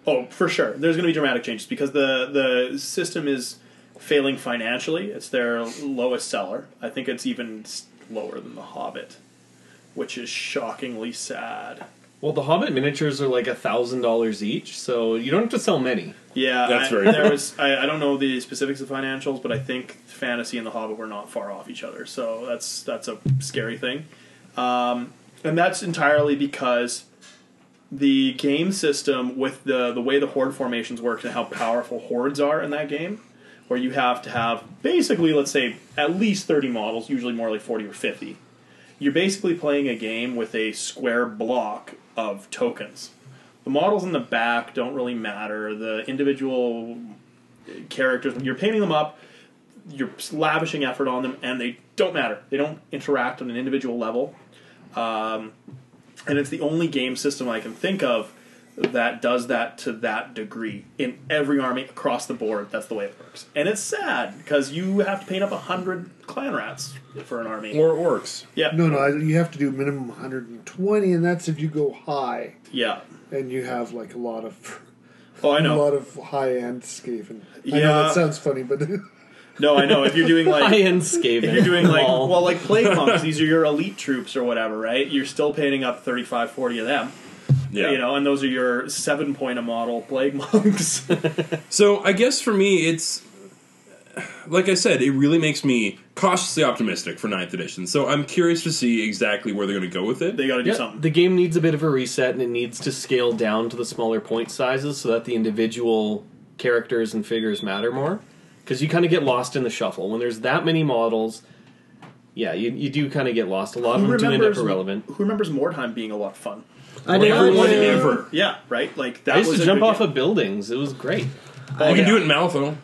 [SPEAKER 3] Oh, for sure. There's going to be dramatic changes because the the system is failing financially. It's their lowest seller. I think it's even s- lower than The Hobbit, which is shockingly sad.
[SPEAKER 2] Well, the Hobbit miniatures are like a thousand dollars each, so you don't have to sell many.
[SPEAKER 3] Yeah,
[SPEAKER 1] That's
[SPEAKER 3] I,
[SPEAKER 1] very
[SPEAKER 3] There was I, I don't know the specifics of financials, but I think fantasy and The Hobbit were not far off each other. So that's that's a scary thing, um, and that's entirely because the game system with the the way the horde formations work and how powerful hordes are in that game, where you have to have basically let's say at least thirty models, usually more like forty or fifty. You're basically playing a game with a square block of tokens the models in the back don't really matter. The individual characters, you're painting them up, you're lavishing effort on them, and they don't matter. They don't interact on an individual level. Um, and it's the only game system I can think of that does that to that degree in every army across the board. That's the way it works, and it's sad because you have to paint up a hundred clan rats for an army.
[SPEAKER 1] Or orcs.
[SPEAKER 3] yeah,
[SPEAKER 4] No, no, you have to do minimum 120, and that's if you go high
[SPEAKER 3] yeah.
[SPEAKER 4] and you have like a lot of
[SPEAKER 3] Oh, I
[SPEAKER 4] a
[SPEAKER 3] know.
[SPEAKER 4] lot of high end scaven. I know
[SPEAKER 3] Yeah.
[SPEAKER 4] that sounds funny, but
[SPEAKER 3] No, I know. If you're doing like
[SPEAKER 2] High end scaven.
[SPEAKER 3] if you're doing like
[SPEAKER 2] Lol.
[SPEAKER 3] well like plague monks these are your elite troops or whatever right you're still painting up 35 40 of them
[SPEAKER 1] Yeah.
[SPEAKER 3] you know and those are your seven point a model plague monks
[SPEAKER 1] So I guess for me, it's like I said, it really makes me cautiously optimistic for ninth edition. So I'm curious to see exactly where they're going to go with it.
[SPEAKER 3] they got to do
[SPEAKER 2] Yeah,
[SPEAKER 3] something
[SPEAKER 2] the game needs a bit of a reset, and it needs to scale down to the smaller point sizes so that the individual characters and figures matter more. Because you kind of get lost in the shuffle when there's that many models. Yeah, you, you do kind of get lost. A lot of them do end up irrelevant.
[SPEAKER 3] who remembers mordheim being a lot of fun
[SPEAKER 5] I did
[SPEAKER 1] Everyone
[SPEAKER 5] yeah.
[SPEAKER 1] ever.
[SPEAKER 3] yeah right like that
[SPEAKER 2] I used
[SPEAKER 3] was
[SPEAKER 2] to
[SPEAKER 3] a
[SPEAKER 2] jump
[SPEAKER 3] good
[SPEAKER 2] off
[SPEAKER 3] game.
[SPEAKER 2] of buildings. It was great. Oh,
[SPEAKER 1] You can
[SPEAKER 3] yeah.
[SPEAKER 1] do it in Maltho.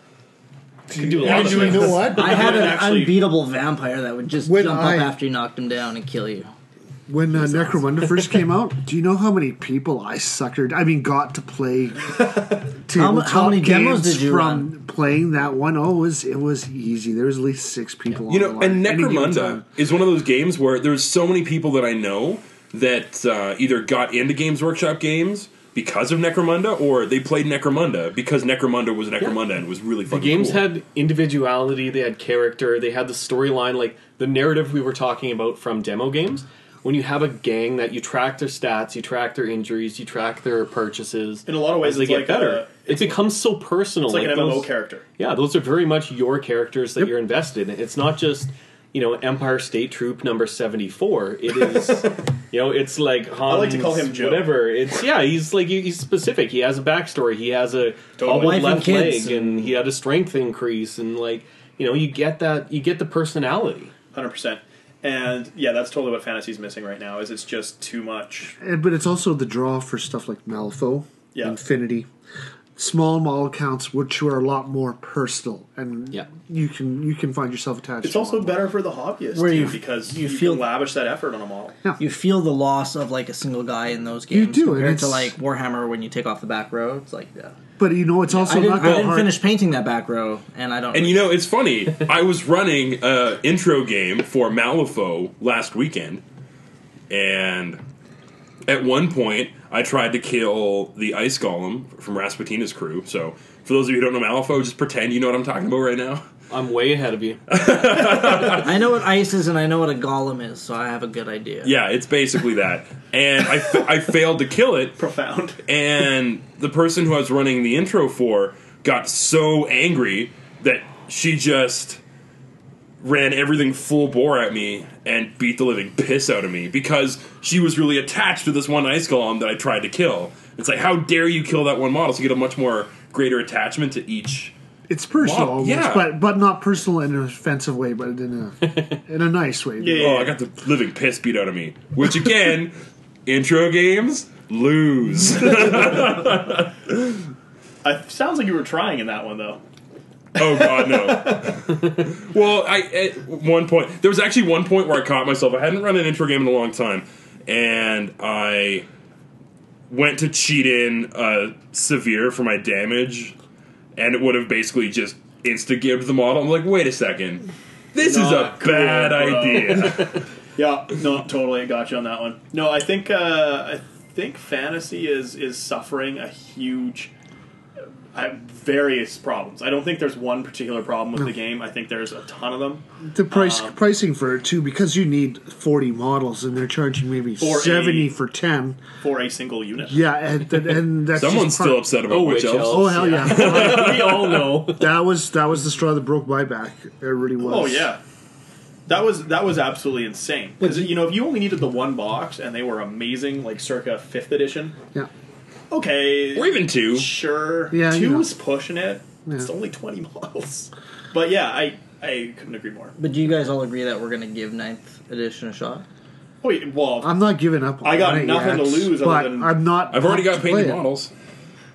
[SPEAKER 4] you
[SPEAKER 2] do a lot of
[SPEAKER 4] you
[SPEAKER 2] things.
[SPEAKER 4] know what?
[SPEAKER 5] I had an
[SPEAKER 3] Actually-
[SPEAKER 5] unbeatable vampire that would just
[SPEAKER 4] When
[SPEAKER 5] jump
[SPEAKER 4] I-
[SPEAKER 5] up after you knocked him down and kill you.
[SPEAKER 4] When uh, Necromunda first came out, do you know how many people I suckered? I mean, got to play tabletop
[SPEAKER 5] many demos
[SPEAKER 4] games
[SPEAKER 5] did you
[SPEAKER 4] from playing that one? Oh, it was it was easy. There was at least six people. on
[SPEAKER 1] You know,
[SPEAKER 4] the line
[SPEAKER 1] and
[SPEAKER 4] at any given
[SPEAKER 1] Necromunda
[SPEAKER 4] time.
[SPEAKER 1] is one of those games where there's so many people that I know that uh, either got into Games Workshop games because of Necromunda, or they played Necromunda because Necromunda was Necromunda and was really
[SPEAKER 2] The
[SPEAKER 1] fucking
[SPEAKER 2] games
[SPEAKER 1] cool.
[SPEAKER 2] had individuality, they had character, they had the storyline, like the narrative we were talking about from demo games. When you have a gang that you track their stats, you track their injuries, you track their purchases.
[SPEAKER 3] In a lot of ways,
[SPEAKER 2] as they
[SPEAKER 3] it's
[SPEAKER 2] get
[SPEAKER 3] like
[SPEAKER 2] better.
[SPEAKER 3] a-
[SPEAKER 2] it becomes so personal.
[SPEAKER 3] it's like, an mmo
[SPEAKER 2] those-
[SPEAKER 3] character
[SPEAKER 2] Yeah, those are very much your characters that you're invested in. It's not just you know Empire State Troop number seventy four. It is you know it's like Hans,
[SPEAKER 3] like to call him Joe.
[SPEAKER 2] Whatever. It's yeah. He's like he- he's specific. He has a backstory. He has a
[SPEAKER 3] Totally.
[SPEAKER 2] totally.
[SPEAKER 5] Wife and
[SPEAKER 2] left
[SPEAKER 5] kids
[SPEAKER 2] leg, and he had a strength increase, and like you know you get that you get the personality.
[SPEAKER 3] 100% and yeah that's totally what fantasy's missing right now is it's just too much
[SPEAKER 4] And- but it's also the draw for stuff like Malfo,
[SPEAKER 3] Yeah.
[SPEAKER 4] Infinity, small model counts, which are a lot more personal, and
[SPEAKER 2] Yeah.
[SPEAKER 4] you can you can find yourself attached.
[SPEAKER 3] it's
[SPEAKER 4] to a
[SPEAKER 3] also
[SPEAKER 4] lot
[SPEAKER 3] better for the hobbyist
[SPEAKER 5] Where
[SPEAKER 3] too,
[SPEAKER 5] you-
[SPEAKER 3] because you,
[SPEAKER 5] you feel-
[SPEAKER 3] can lavish that effort on a model
[SPEAKER 5] You feel the loss of like a single guy in those
[SPEAKER 4] You
[SPEAKER 5] games.
[SPEAKER 4] do, and
[SPEAKER 5] compared to
[SPEAKER 4] it's-
[SPEAKER 5] like Warhammer when you take off the back row. It's like yeah.
[SPEAKER 4] more. But you know, it's also
[SPEAKER 5] I didn't,
[SPEAKER 4] not
[SPEAKER 5] I
[SPEAKER 4] that
[SPEAKER 5] didn't
[SPEAKER 4] hard.
[SPEAKER 5] finish painting that back row, and I don't.
[SPEAKER 1] And you know, it's funny. I was running a intro game for Malifaux last weekend, and at one point, I tried to kill the ice golem from Rasputina's crew. So, for those of you who don't know Malifaux, just pretend you know what I'm talking about right now.
[SPEAKER 2] I'm way ahead of you.
[SPEAKER 5] I know what ice is, and I know what a golem is, so I have a good idea.
[SPEAKER 1] Yeah, it's basically that. And I, fa- I failed to kill it,
[SPEAKER 3] profound
[SPEAKER 1] and the person who I was running the intro for got so angry that she just ran everything full bore at me and beat the living piss out of me because she was really attached to this one ice golem that I tried to kill. It's like, how dare you kill that one model? So you get a much more greater attachment to each.
[SPEAKER 4] It's personal,
[SPEAKER 1] Wow,
[SPEAKER 4] almost,
[SPEAKER 1] yeah.
[SPEAKER 4] but but not personal in an offensive way, but in a in a nice way.
[SPEAKER 3] Yeah,
[SPEAKER 1] Oh, I got the living piss beat out of me. Which again, intro games lose.
[SPEAKER 3] I, sounds like you were trying in that one though
[SPEAKER 1] Oh God, no. well, I at one point there was actually one point where I caught myself. I hadn't run an intro game in a long time, and I went to cheat in uh, severe for my damage, and it would have basically just insta gibbed the model. I'm like, wait a second. This is a
[SPEAKER 3] Not cool,
[SPEAKER 1] bad
[SPEAKER 3] bro.
[SPEAKER 1] idea.
[SPEAKER 3] Yeah, no, totally got you on that one. No, I think uh, I think fantasy is is suffering a huge uh, various problems. I don't think there's one particular problem with the game. I think there's a ton of them.
[SPEAKER 4] The price pricing for it too, because you need forty models, and they're charging maybe
[SPEAKER 3] For
[SPEAKER 4] seventy
[SPEAKER 3] a-
[SPEAKER 4] for ten.
[SPEAKER 3] for a single unit.
[SPEAKER 4] Yeah, and and- and that's just
[SPEAKER 1] Someone's
[SPEAKER 4] part-
[SPEAKER 1] still upset about
[SPEAKER 2] Oh,
[SPEAKER 1] Witch
[SPEAKER 2] Witch
[SPEAKER 1] Elves.
[SPEAKER 2] Elves.
[SPEAKER 4] Oh hell yeah!
[SPEAKER 2] we all know.
[SPEAKER 4] that was that was the straw that broke my back. It really was.
[SPEAKER 3] Oh yeah, that was that was absolutely insane. Because you know, if you only needed the one box and they were amazing, like circa fifth edition,
[SPEAKER 4] yeah.
[SPEAKER 3] okay,
[SPEAKER 1] Or even two.
[SPEAKER 3] sure,
[SPEAKER 4] Yeah,
[SPEAKER 3] two
[SPEAKER 4] you know.
[SPEAKER 3] is pushing it. It's
[SPEAKER 4] Yeah.
[SPEAKER 3] only twenty models, but yeah, I I couldn't agree more.
[SPEAKER 5] But do you guys all agree that we're going to give ninth edition a shot?
[SPEAKER 3] Oh yeah, well,
[SPEAKER 4] I'm not giving up. on
[SPEAKER 3] I got
[SPEAKER 4] it
[SPEAKER 3] nothing
[SPEAKER 4] yet,
[SPEAKER 3] to lose other
[SPEAKER 4] but
[SPEAKER 3] than-
[SPEAKER 4] I'm not.
[SPEAKER 1] I've already got
[SPEAKER 4] pumped to play
[SPEAKER 1] painted
[SPEAKER 4] it.
[SPEAKER 1] models.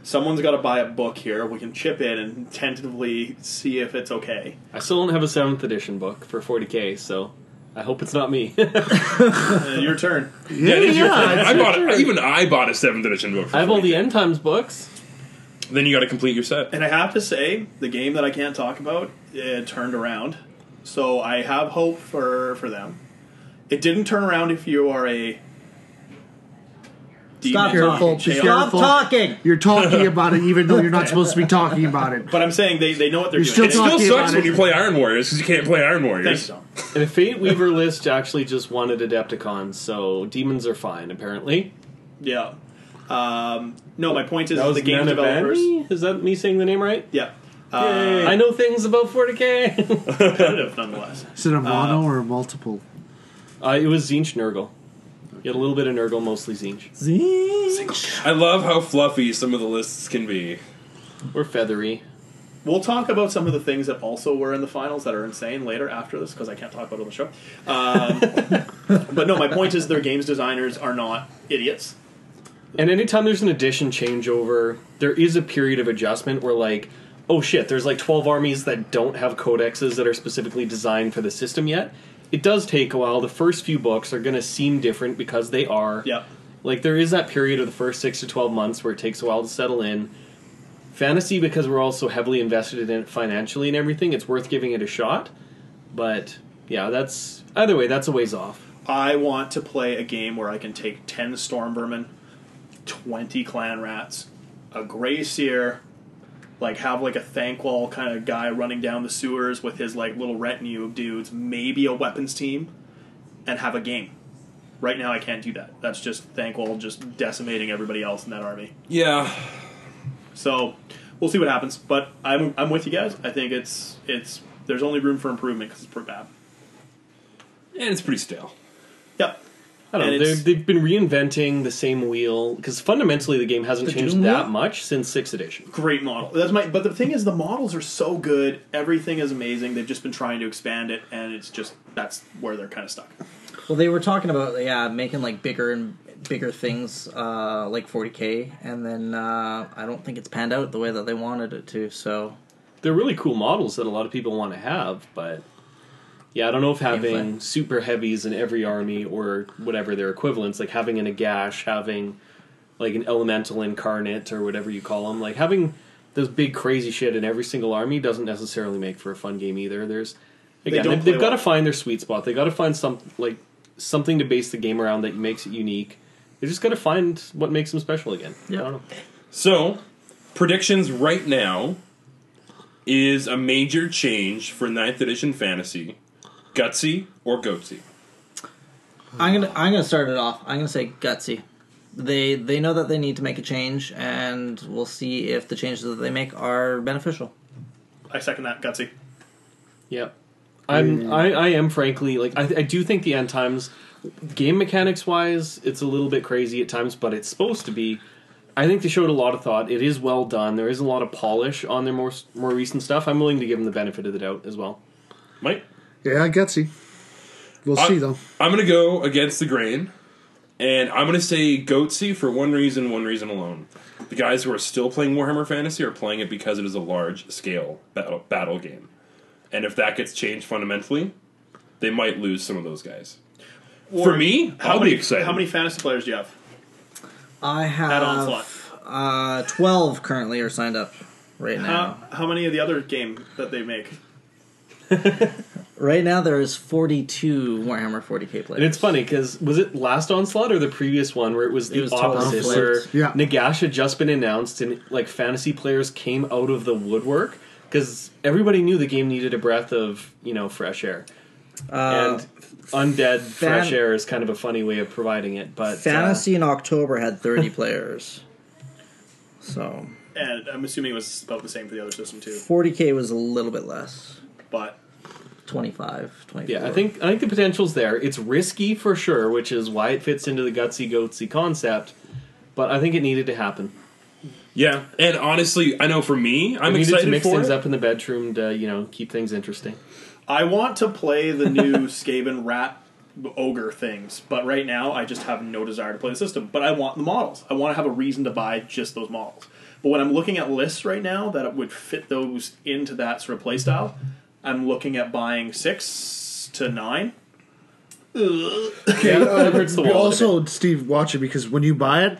[SPEAKER 3] someone's got to buy a book here. We can chip in and tentatively see if it's okay.
[SPEAKER 2] I still don't have a seventh edition book for 40k, so I hope it's not me.
[SPEAKER 3] Uh, your turn.
[SPEAKER 4] Yeah,
[SPEAKER 1] That is your turn.
[SPEAKER 4] yeah.
[SPEAKER 1] I bought it. Even I bought a seventh edition book. for
[SPEAKER 2] I have all
[SPEAKER 1] free.
[SPEAKER 2] the end times books.
[SPEAKER 1] Then you got to complete your set.
[SPEAKER 3] And I have to say, the game that I can't talk about it turned around, so I have hope for for them. It didn't turn around if you are a
[SPEAKER 5] Stop
[SPEAKER 3] demon
[SPEAKER 5] talking.
[SPEAKER 3] JR.
[SPEAKER 5] Stop
[SPEAKER 4] Careful.
[SPEAKER 5] talking.
[SPEAKER 4] You're talking about it, even though you're not supposed to be talking about it.
[SPEAKER 3] But I'm saying they, they know what they're
[SPEAKER 4] You're
[SPEAKER 1] It
[SPEAKER 3] doing.
[SPEAKER 4] It's
[SPEAKER 1] still
[SPEAKER 4] talking
[SPEAKER 1] sucks
[SPEAKER 4] about
[SPEAKER 1] when
[SPEAKER 4] it.
[SPEAKER 1] you play Iron Warriors because you can't play Iron
[SPEAKER 3] Thanks,
[SPEAKER 1] Warriors.
[SPEAKER 3] Tom.
[SPEAKER 2] And the Fate Weaver list actually just wanted Adepticons, so demons are fine apparently.
[SPEAKER 3] Yeah. Um, no, my point is
[SPEAKER 2] That was
[SPEAKER 3] the game
[SPEAKER 2] Nana
[SPEAKER 3] developers.
[SPEAKER 2] Vanni? Is that me saying the name right?
[SPEAKER 3] Yeah.
[SPEAKER 2] Yay.
[SPEAKER 3] Uh,
[SPEAKER 2] I know things about 40k.
[SPEAKER 3] competitive nonetheless.
[SPEAKER 4] Is it a mono or a multiple?
[SPEAKER 2] uh, it was Zinch Nurgle. You had a little bit of Nurgle, mostly Zinch.
[SPEAKER 1] I love how fluffy some of the lists can be.
[SPEAKER 2] Or feathery.
[SPEAKER 3] We'll talk about some of the things that also were in the finals that are insane later after this because I can't talk about it on the show. Um, but no, my point is their games designers are not idiots.
[SPEAKER 2] And anytime there's an addition changeover, there is a period of adjustment where like, oh shit, there's like 12 armies that don't have codexes that are specifically designed for the system yet. It does take a while. The first few books are going to seem different because they are.
[SPEAKER 3] Yeah.
[SPEAKER 2] Like there is that period of the first 6 to 12 months where it takes a while to settle in. Fantasy because we're also heavily invested in it financially and everything, it's worth giving it a shot. But yeah, that's either way, that's a ways off.
[SPEAKER 3] I want to play a game where I can take 10 Storm Vermin, 20 Clan Rats, a Grey Seer, like have like a Thankwall kind of guy running down the sewers with his like little retinue of dudes, maybe a weapons team, and have a game. Right now I can't do that. That's just Thankwall just decimating everybody else in that army.
[SPEAKER 1] Yeah,
[SPEAKER 3] So we'll see what happens. But I'm, I'm with you guys. I think it's it's there's only room for improvement because it's pretty bad.
[SPEAKER 1] and it's pretty stale.
[SPEAKER 3] Yep.
[SPEAKER 2] I don't
[SPEAKER 3] And
[SPEAKER 2] know.
[SPEAKER 3] it's-
[SPEAKER 2] they're- They've been reinventing the same wheel because fundamentally the game hasn't
[SPEAKER 5] The
[SPEAKER 2] changed
[SPEAKER 5] Doom
[SPEAKER 2] that
[SPEAKER 5] wheel?
[SPEAKER 2] much since sixth edition.
[SPEAKER 3] great model. That's my. But the thing is, the models are so good. Everything is amazing. They've just been trying to expand it, and it's just that's where they're kind of stuck.
[SPEAKER 5] Well, they were talking about yeah making like bigger and bigger things uh, like 40k, and then uh, I don't think it's panned out the way that they wanted it to. So
[SPEAKER 2] They're really cool models that a lot of people want to have, but yeah, I don't know if having
[SPEAKER 5] Gameplay.
[SPEAKER 2] super heavies in every army or whatever their equivalents, like having an Agash, having like an elemental incarnate or whatever you call them, like having those big crazy shit in every single army doesn't necessarily make for a fun game either. There's again,
[SPEAKER 3] don't
[SPEAKER 2] they have
[SPEAKER 3] play
[SPEAKER 2] they've got to
[SPEAKER 3] well.
[SPEAKER 2] find their sweet spot. They got to find some like something to base the game around that makes it unique. They just got to find what makes them special again. I don't know.
[SPEAKER 1] So, predictions right now is a major change for 9th edition fantasy. Gutsy or Goatsy?
[SPEAKER 5] I'm gonna I'm gonna start it off. I'm gonna say gutsy. They they know that they need to make a change, and we'll see if the changes that they make are beneficial.
[SPEAKER 3] I second that, gutsy.
[SPEAKER 2] Yep. I'm I, I am frankly like I, I do think the end times game mechanics wise it's a little bit crazy at times but it's supposed to be I think they showed a lot of thought it is well done there is a lot of polish on their more more recent stuff I'm willing to give them the benefit of the doubt as well
[SPEAKER 1] Mike?
[SPEAKER 4] Yeah, gutsy. We'll see though.
[SPEAKER 1] I'm going to go against the grain, and I'm going to say Goatsy for one reason, one reason alone. The guys who are still playing Warhammer Fantasy are playing it because it is a large scale battle, battle game. And if that gets changed fundamentally, they might lose some of those guys. for me,
[SPEAKER 3] How
[SPEAKER 1] I'll
[SPEAKER 3] many
[SPEAKER 1] be excited.
[SPEAKER 3] how many fantasy players do you have?
[SPEAKER 5] I
[SPEAKER 3] Add on slot.
[SPEAKER 5] have uh, twelve currently are
[SPEAKER 3] Uh,
[SPEAKER 5] signed up right now.
[SPEAKER 3] How, how many of the other game that they make?
[SPEAKER 5] Right now, there is 42 Warhammer 40k players.
[SPEAKER 2] And it's funny because was it last onslaught or the previous one where it was the
[SPEAKER 5] was totally
[SPEAKER 2] opposite,
[SPEAKER 5] flipped.
[SPEAKER 2] where
[SPEAKER 4] Yeah.
[SPEAKER 2] Nagash had just been announced and like fantasy players came out of the woodwork because everybody knew the game needed a breath of you know fresh air
[SPEAKER 5] Uh,
[SPEAKER 2] and undead
[SPEAKER 5] fan-
[SPEAKER 2] fresh air is kind of a funny way of providing it, but uh,
[SPEAKER 5] Fantasy in October had 30 players. So
[SPEAKER 3] And I'm assuming it was about the same for the other system too.
[SPEAKER 5] 40k was a little bit less.
[SPEAKER 3] But
[SPEAKER 5] 25, 24.
[SPEAKER 2] Yeah, I think I think the potential's there. It's risky for sure, which is why it fits into the gutsy goatsy concept. But I think it needed to happen.
[SPEAKER 1] Yeah, and honestly, I know for me, I'm
[SPEAKER 2] We needed
[SPEAKER 1] excited
[SPEAKER 2] to mix
[SPEAKER 1] for
[SPEAKER 2] things
[SPEAKER 1] it.
[SPEAKER 2] up in the bedroom to you know keep things interesting.
[SPEAKER 3] I want to play the new Skaven rat ogre things, but right now I just have no desire to play the system. But I want the models. I want to have a reason to buy just those models. But when I'm looking at lists right now that would fit those into that sort of playstyle, I'm looking at buying six to nine. Ugh.
[SPEAKER 4] uh,
[SPEAKER 3] hurts the wallet a
[SPEAKER 4] also, Steve, watch it because when you buy it,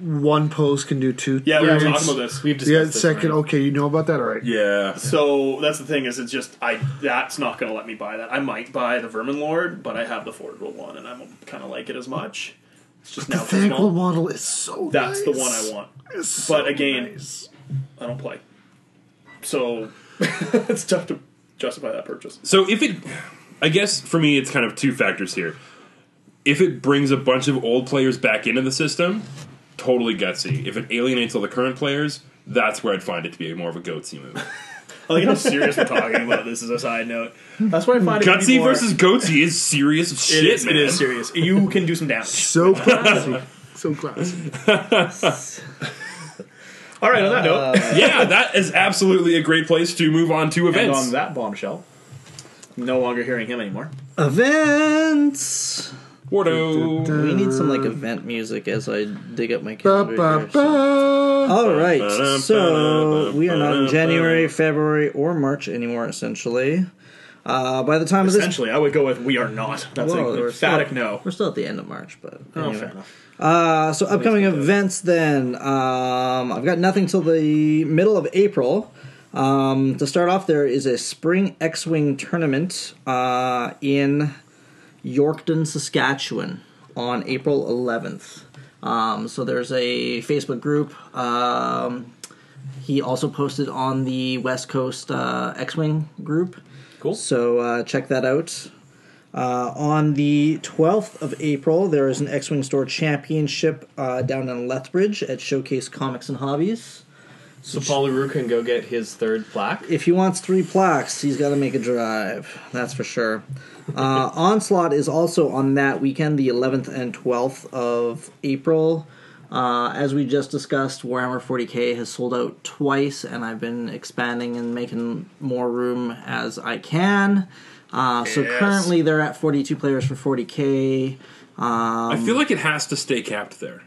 [SPEAKER 4] one pose can do two.
[SPEAKER 3] Yeah, we were
[SPEAKER 4] things.
[SPEAKER 3] talking about this.
[SPEAKER 2] We've discussed
[SPEAKER 4] Yeah,
[SPEAKER 2] this,
[SPEAKER 4] second.
[SPEAKER 2] right?
[SPEAKER 4] Okay, you know about that, all right?
[SPEAKER 1] Yeah,
[SPEAKER 3] So that's the thing is, it's just I that's not going to let me buy that. I might buy the Vermin Lord, but I have the Forgeable one, and I don't kind of like it as much. It's just
[SPEAKER 4] The
[SPEAKER 3] now too
[SPEAKER 4] Thankful
[SPEAKER 3] small.
[SPEAKER 4] model is so.
[SPEAKER 3] That's the
[SPEAKER 4] nice.
[SPEAKER 3] one I want.
[SPEAKER 4] It's so
[SPEAKER 3] But again-
[SPEAKER 4] nice.
[SPEAKER 3] I don't play, so it's tough to justify that purchase.
[SPEAKER 1] So if it, I guess for me, it's kind of two factors here. If it brings a bunch of old players back into the system, totally gutsy. If it alienates all the current players, that's where I'd find it to be more of a goatsy move.
[SPEAKER 3] I like how serious we're talking about this. As a side note, that's why I find it to be
[SPEAKER 1] gutsy
[SPEAKER 3] more-
[SPEAKER 1] versus goatsy is serious as
[SPEAKER 3] It
[SPEAKER 1] shit.
[SPEAKER 3] is, it
[SPEAKER 1] man.
[SPEAKER 3] is serious. You can do some damage.
[SPEAKER 4] So classy. so classy.
[SPEAKER 3] All right. On that note,
[SPEAKER 6] Uh,
[SPEAKER 1] yeah, that is absolutely a great place to move on to
[SPEAKER 6] And
[SPEAKER 1] events.
[SPEAKER 6] on that bombshell, no longer hearing him anymore.
[SPEAKER 5] Events!
[SPEAKER 1] Wardo.
[SPEAKER 5] We need some like event music as I dig up my
[SPEAKER 4] Ba,
[SPEAKER 5] calendar.
[SPEAKER 4] ba,
[SPEAKER 5] here, so-
[SPEAKER 4] ba.
[SPEAKER 5] All right, so we are not in January, February, or March anymore. Essentially, uh, by the time of this,
[SPEAKER 6] Essentially, I would go with we are not. That's
[SPEAKER 5] Well,
[SPEAKER 6] a
[SPEAKER 5] we're
[SPEAKER 6] emphatic
[SPEAKER 5] still-
[SPEAKER 6] no.
[SPEAKER 5] we're still at the end of March, but
[SPEAKER 6] Oh,
[SPEAKER 5] anyway.
[SPEAKER 6] fair enough.
[SPEAKER 5] Uh, so upcoming events then. Um, I've got nothing till the middle of April. Um, to start off, there is a spring X-wing tournament uh, in Yorkton, Saskatchewan, on April 11th. Um, so there's a Facebook group. Um, he also posted on the West Coast uh, X-wing group.
[SPEAKER 2] Cool.
[SPEAKER 5] So uh, check that out. Uh, on the 12th of April, there is an X Wing Store Championship uh, down in Lethbridge at Showcase Comics and Hobbies.
[SPEAKER 2] So Paul LaRue can go get his third plaque.
[SPEAKER 5] If he wants three plaques, he's got to make a drive. That's for sure. Uh, Onslaught is also on that weekend, the 11th and 12th of April. Uh, as we just discussed, Warhammer 40k has sold out twice, and I've been expanding and making more room as I can. Uh, so currently they're at 42 players for 40k.
[SPEAKER 1] I
[SPEAKER 2] Um,
[SPEAKER 1] feel like it has to stay capped there.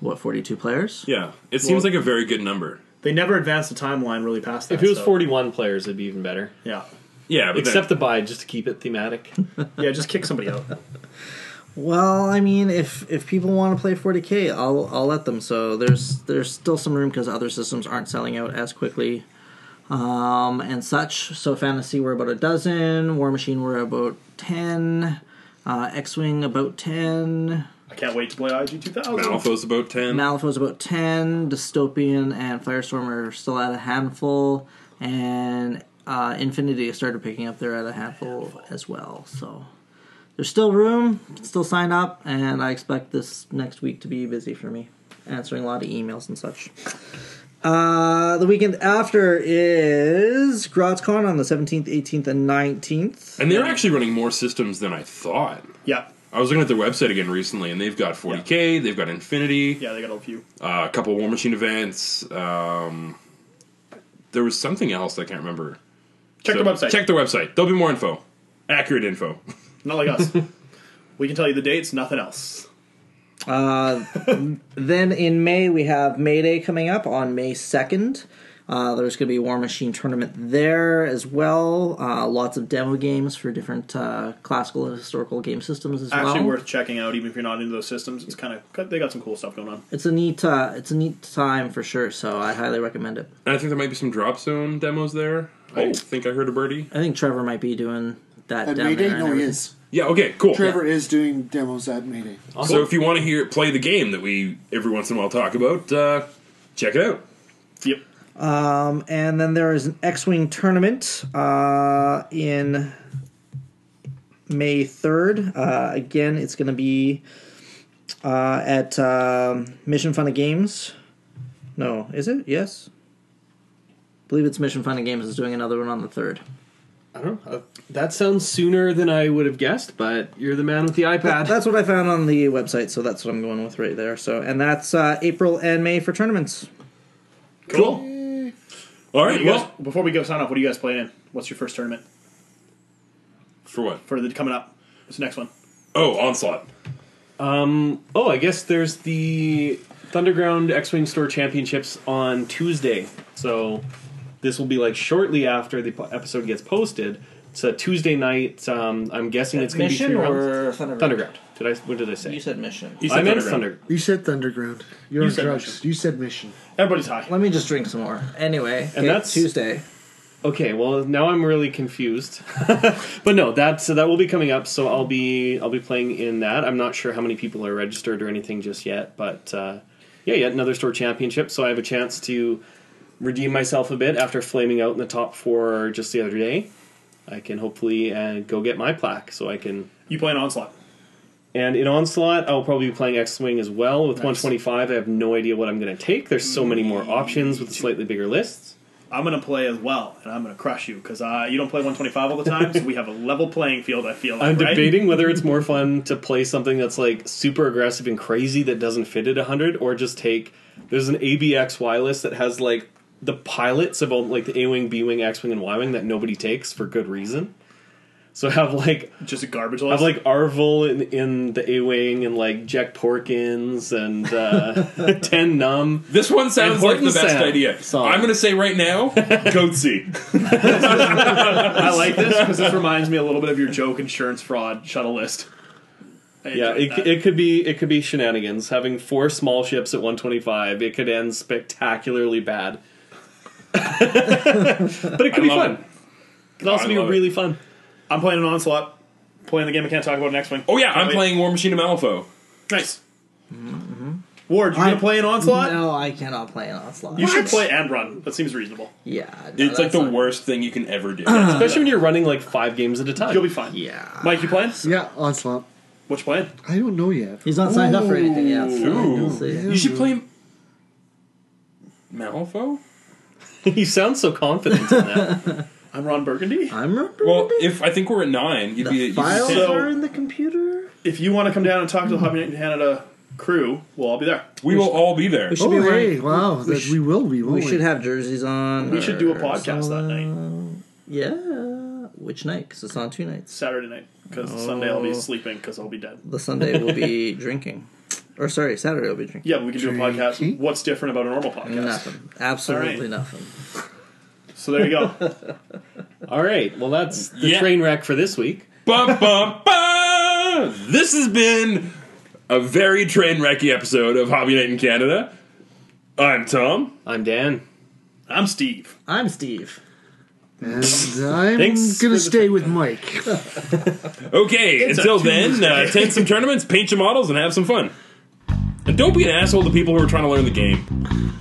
[SPEAKER 5] What, 42 players?
[SPEAKER 1] Yeah, it seems like a very good number.
[SPEAKER 6] They never advanced the timeline really past that.
[SPEAKER 2] If it was
[SPEAKER 6] so-
[SPEAKER 2] 41 players, it'd be even better.
[SPEAKER 6] yeah,
[SPEAKER 1] Yeah, but
[SPEAKER 2] Except
[SPEAKER 1] then,
[SPEAKER 2] the buy, just to keep it thematic.
[SPEAKER 6] yeah, just kick somebody out.
[SPEAKER 5] Well, I mean, if if people want to play 40k, I'll I'll let them. So there's there's still some room because other systems aren't selling out as quickly, um, and such. So fantasy we're about a dozen, War Machine we're about ten, uh, X Wing about ten,
[SPEAKER 3] I can't wait to play IG two thousand.
[SPEAKER 1] Malfo's about ten.
[SPEAKER 5] Malifaux's about ten, Dystopian and Firestorm are still at a handful, and uh, Infinity started picking up there at a handful as well. So there's still room, still sign up, and I expect this next week to be busy for me, answering a lot of emails and such. Uh, the weekend after is GrotzCon on the 17th, 18th, and 19th.
[SPEAKER 1] and they're actually running more systems than I thought.
[SPEAKER 3] Yeah,
[SPEAKER 1] I was looking at their website again recently, and they've got 40k, they've got Infinity,
[SPEAKER 3] yeah, they got a few.
[SPEAKER 1] uh, a couple War Machine events. Um, there was something else I can't remember.
[SPEAKER 3] Check
[SPEAKER 1] So,
[SPEAKER 3] the website.
[SPEAKER 1] Check their website. There'll be more info, accurate info.
[SPEAKER 3] Not like us. we can tell you the dates. Nothing else.
[SPEAKER 5] Then in May, we have May Day coming up on May 2nd. Uh, there's going to be a War Machine tournament there as well. Uh, lots of demo games for different uh, classical and historical game systems as
[SPEAKER 3] Actually,
[SPEAKER 5] well.
[SPEAKER 3] worth checking out, even if you're not into those systems. It's kind of they got some cool stuff going on.
[SPEAKER 5] It's a neat, uh, it's a neat time for sure. So I highly recommend it.
[SPEAKER 1] And I think there might be some drop zone demos there. I think I heard a birdie.
[SPEAKER 5] I think Trevor might be doing that
[SPEAKER 7] At
[SPEAKER 5] down
[SPEAKER 7] Mayday?
[SPEAKER 5] there. and
[SPEAKER 7] No, he
[SPEAKER 5] everything.
[SPEAKER 7] is.
[SPEAKER 1] Yeah, okay, cool.
[SPEAKER 7] Trevor is doing demos at Mayday.
[SPEAKER 1] So if you want to hear play the game that we every once in a while talk about, uh, check it out.
[SPEAKER 3] Yep.
[SPEAKER 5] Um, and then there is an X-wing tournament uh, in May third. Uh, again, it's going to be uh, at um Mission Fun and Games. No, is it? Yes, I believe it's Mission Fun and Games is doing another one on the third.
[SPEAKER 2] I don't know. Uh, That sounds sooner than I would have guessed, but you're the man with the iPad.
[SPEAKER 5] That's what I found on the website, so that's what I'm going with right there. So, and that's uh, April and May for tournaments.
[SPEAKER 1] Cool. All right.
[SPEAKER 3] You guys,
[SPEAKER 1] Well,
[SPEAKER 3] before we go sign off, what are you guys playing in? What's your first tournament
[SPEAKER 1] for what?
[SPEAKER 3] for the coming up? What's the next one?
[SPEAKER 1] Oh, onslaught.
[SPEAKER 2] Oh, I guess there's the Thunderground X Wing Store Championships on Tuesday. So this will be like shortly after the po- episode gets posted. It's a Tuesday night. Um, I'm guessing it's going to be three rounds. Thunderground. Did I? What did I say?
[SPEAKER 5] said mission.
[SPEAKER 1] You
[SPEAKER 2] I
[SPEAKER 1] said
[SPEAKER 2] meant
[SPEAKER 1] Thunderground.
[SPEAKER 2] Thunder.
[SPEAKER 4] You said Thunderground. You're on
[SPEAKER 3] said
[SPEAKER 4] drugs.
[SPEAKER 3] mission.
[SPEAKER 4] You said mission.
[SPEAKER 3] Everybody's high.
[SPEAKER 5] Let me just drink some more. Anyway, okay,
[SPEAKER 2] that's-
[SPEAKER 5] Tuesday.
[SPEAKER 2] Okay, well now I'm really confused. but no, that's that will be coming up. So I'll be I'll be playing in that. I'm not sure how many people are registered or anything just yet, but uh, yeah, yet another store championship. So I have a chance to redeem myself a bit after flaming out in the top four just the other day. I can hopefully uh, go get my plaque, so I can.
[SPEAKER 3] You play an onslaught.
[SPEAKER 2] And in onslaught, I'll probably be playing X Wing as well with 125. I have no idea what I'm going to take. There's so many more options with slightly bigger lists.
[SPEAKER 3] I'm gonna play as well, and I'm gonna crush you because uh, you don't play 125 all the time. so we have a level playing field. I feel. Like,
[SPEAKER 2] I'm
[SPEAKER 3] right?
[SPEAKER 2] debating whether it's more fun to play something that's like super aggressive and crazy that doesn't fit at 100 or just take there's an ABXY list that has like the pilots of all like the A wing, B wing, X wing and Y wing that nobody takes for good reason. So have like
[SPEAKER 3] Just a garbage
[SPEAKER 2] have
[SPEAKER 3] list.
[SPEAKER 2] like Arvil in, in the A wing and like Jack Porkins and uh, Ten Numb.
[SPEAKER 1] This one sounds
[SPEAKER 2] And
[SPEAKER 1] like the
[SPEAKER 2] Horton
[SPEAKER 1] best
[SPEAKER 2] Sam
[SPEAKER 1] idea.
[SPEAKER 2] song.
[SPEAKER 1] I'm going to say right now, Goatsy.
[SPEAKER 3] I like this because this reminds me a little bit of your joke insurance fraud shuttle list. I
[SPEAKER 2] Yeah,
[SPEAKER 3] enjoyed
[SPEAKER 2] it,
[SPEAKER 3] that.
[SPEAKER 2] it could be it could be shenanigans. Having four small ships at 125, it could end spectacularly bad. but it could
[SPEAKER 1] I
[SPEAKER 2] be
[SPEAKER 1] love
[SPEAKER 2] fun.
[SPEAKER 1] it.
[SPEAKER 2] It could also
[SPEAKER 1] I
[SPEAKER 2] be
[SPEAKER 1] love it.
[SPEAKER 2] really fun.
[SPEAKER 3] I'm playing an onslaught. Playing the game I can't talk about next week.
[SPEAKER 1] Oh yeah,
[SPEAKER 3] Can't
[SPEAKER 1] I'm
[SPEAKER 3] wait.
[SPEAKER 1] playing War Machine of Malifaux.
[SPEAKER 3] Nice. Ward, you gonna play an onslaught?
[SPEAKER 5] Mm-hmm. No, I cannot play an onslaught.
[SPEAKER 3] You should play and run. That seems reasonable.
[SPEAKER 5] Yeah, no,
[SPEAKER 1] It's like
[SPEAKER 5] that's
[SPEAKER 1] the
[SPEAKER 5] not-
[SPEAKER 1] worst thing you can ever do.
[SPEAKER 2] Especially when you're running like five games at a time.
[SPEAKER 3] You'll be fine.
[SPEAKER 5] Yeah,
[SPEAKER 3] Mike, you playing?
[SPEAKER 4] Yeah, onslaught.
[SPEAKER 3] What you playing?
[SPEAKER 4] I don't know yet.
[SPEAKER 5] he's not signed up for anything yet. so we'll
[SPEAKER 1] Ooh.
[SPEAKER 5] see.
[SPEAKER 1] you should play Malifaux.
[SPEAKER 2] you sound so confident in that.
[SPEAKER 3] I'm Ron Burgundy.
[SPEAKER 5] I'm remember
[SPEAKER 1] Well, if I think we're at nine, you'd be.
[SPEAKER 5] the
[SPEAKER 1] You'd be
[SPEAKER 5] files
[SPEAKER 1] so,
[SPEAKER 5] are in the computer.
[SPEAKER 3] If you want to come down and talk to the Hobby Night in Canada crew, we'll all be there.
[SPEAKER 1] we will all be there.
[SPEAKER 5] should
[SPEAKER 4] Oh,
[SPEAKER 5] be
[SPEAKER 4] hey,
[SPEAKER 5] wearing-
[SPEAKER 4] wow. that
[SPEAKER 5] sh-
[SPEAKER 4] we will be, won't
[SPEAKER 5] We
[SPEAKER 4] we?
[SPEAKER 5] should have jerseys on.
[SPEAKER 3] We should do a
[SPEAKER 5] or
[SPEAKER 3] podcast that night,
[SPEAKER 5] something. Yeah, which night? Because it's on two nights.
[SPEAKER 3] Saturday night, because Sunday I'll
[SPEAKER 5] Oh.
[SPEAKER 3] be sleeping because I'll be dead.
[SPEAKER 5] The Sunday will be drinking, or sorry, Saturday will be drinking.
[SPEAKER 3] Yeah, but we can do a podcast. What's different about a normal podcast?
[SPEAKER 5] Nothing. Absolutely
[SPEAKER 3] Alright.
[SPEAKER 5] nothing.
[SPEAKER 3] So there you go.
[SPEAKER 2] All right. Well, that's the
[SPEAKER 1] Yeah.
[SPEAKER 2] train wreck for this week.
[SPEAKER 1] bum, bum, bum. This has been a very train wrecky episode of Hobby Night in Canada. I'm Tom.
[SPEAKER 2] I'm Dan.
[SPEAKER 3] I'm Steve.
[SPEAKER 5] I'm Steve.
[SPEAKER 4] And I'm
[SPEAKER 2] Thanks
[SPEAKER 4] going
[SPEAKER 2] for the
[SPEAKER 4] to stay with Mike.
[SPEAKER 1] Okay, until then, uh, attend some tournaments, paint your models, and have some fun. And don't be an asshole to people who are trying to learn the game.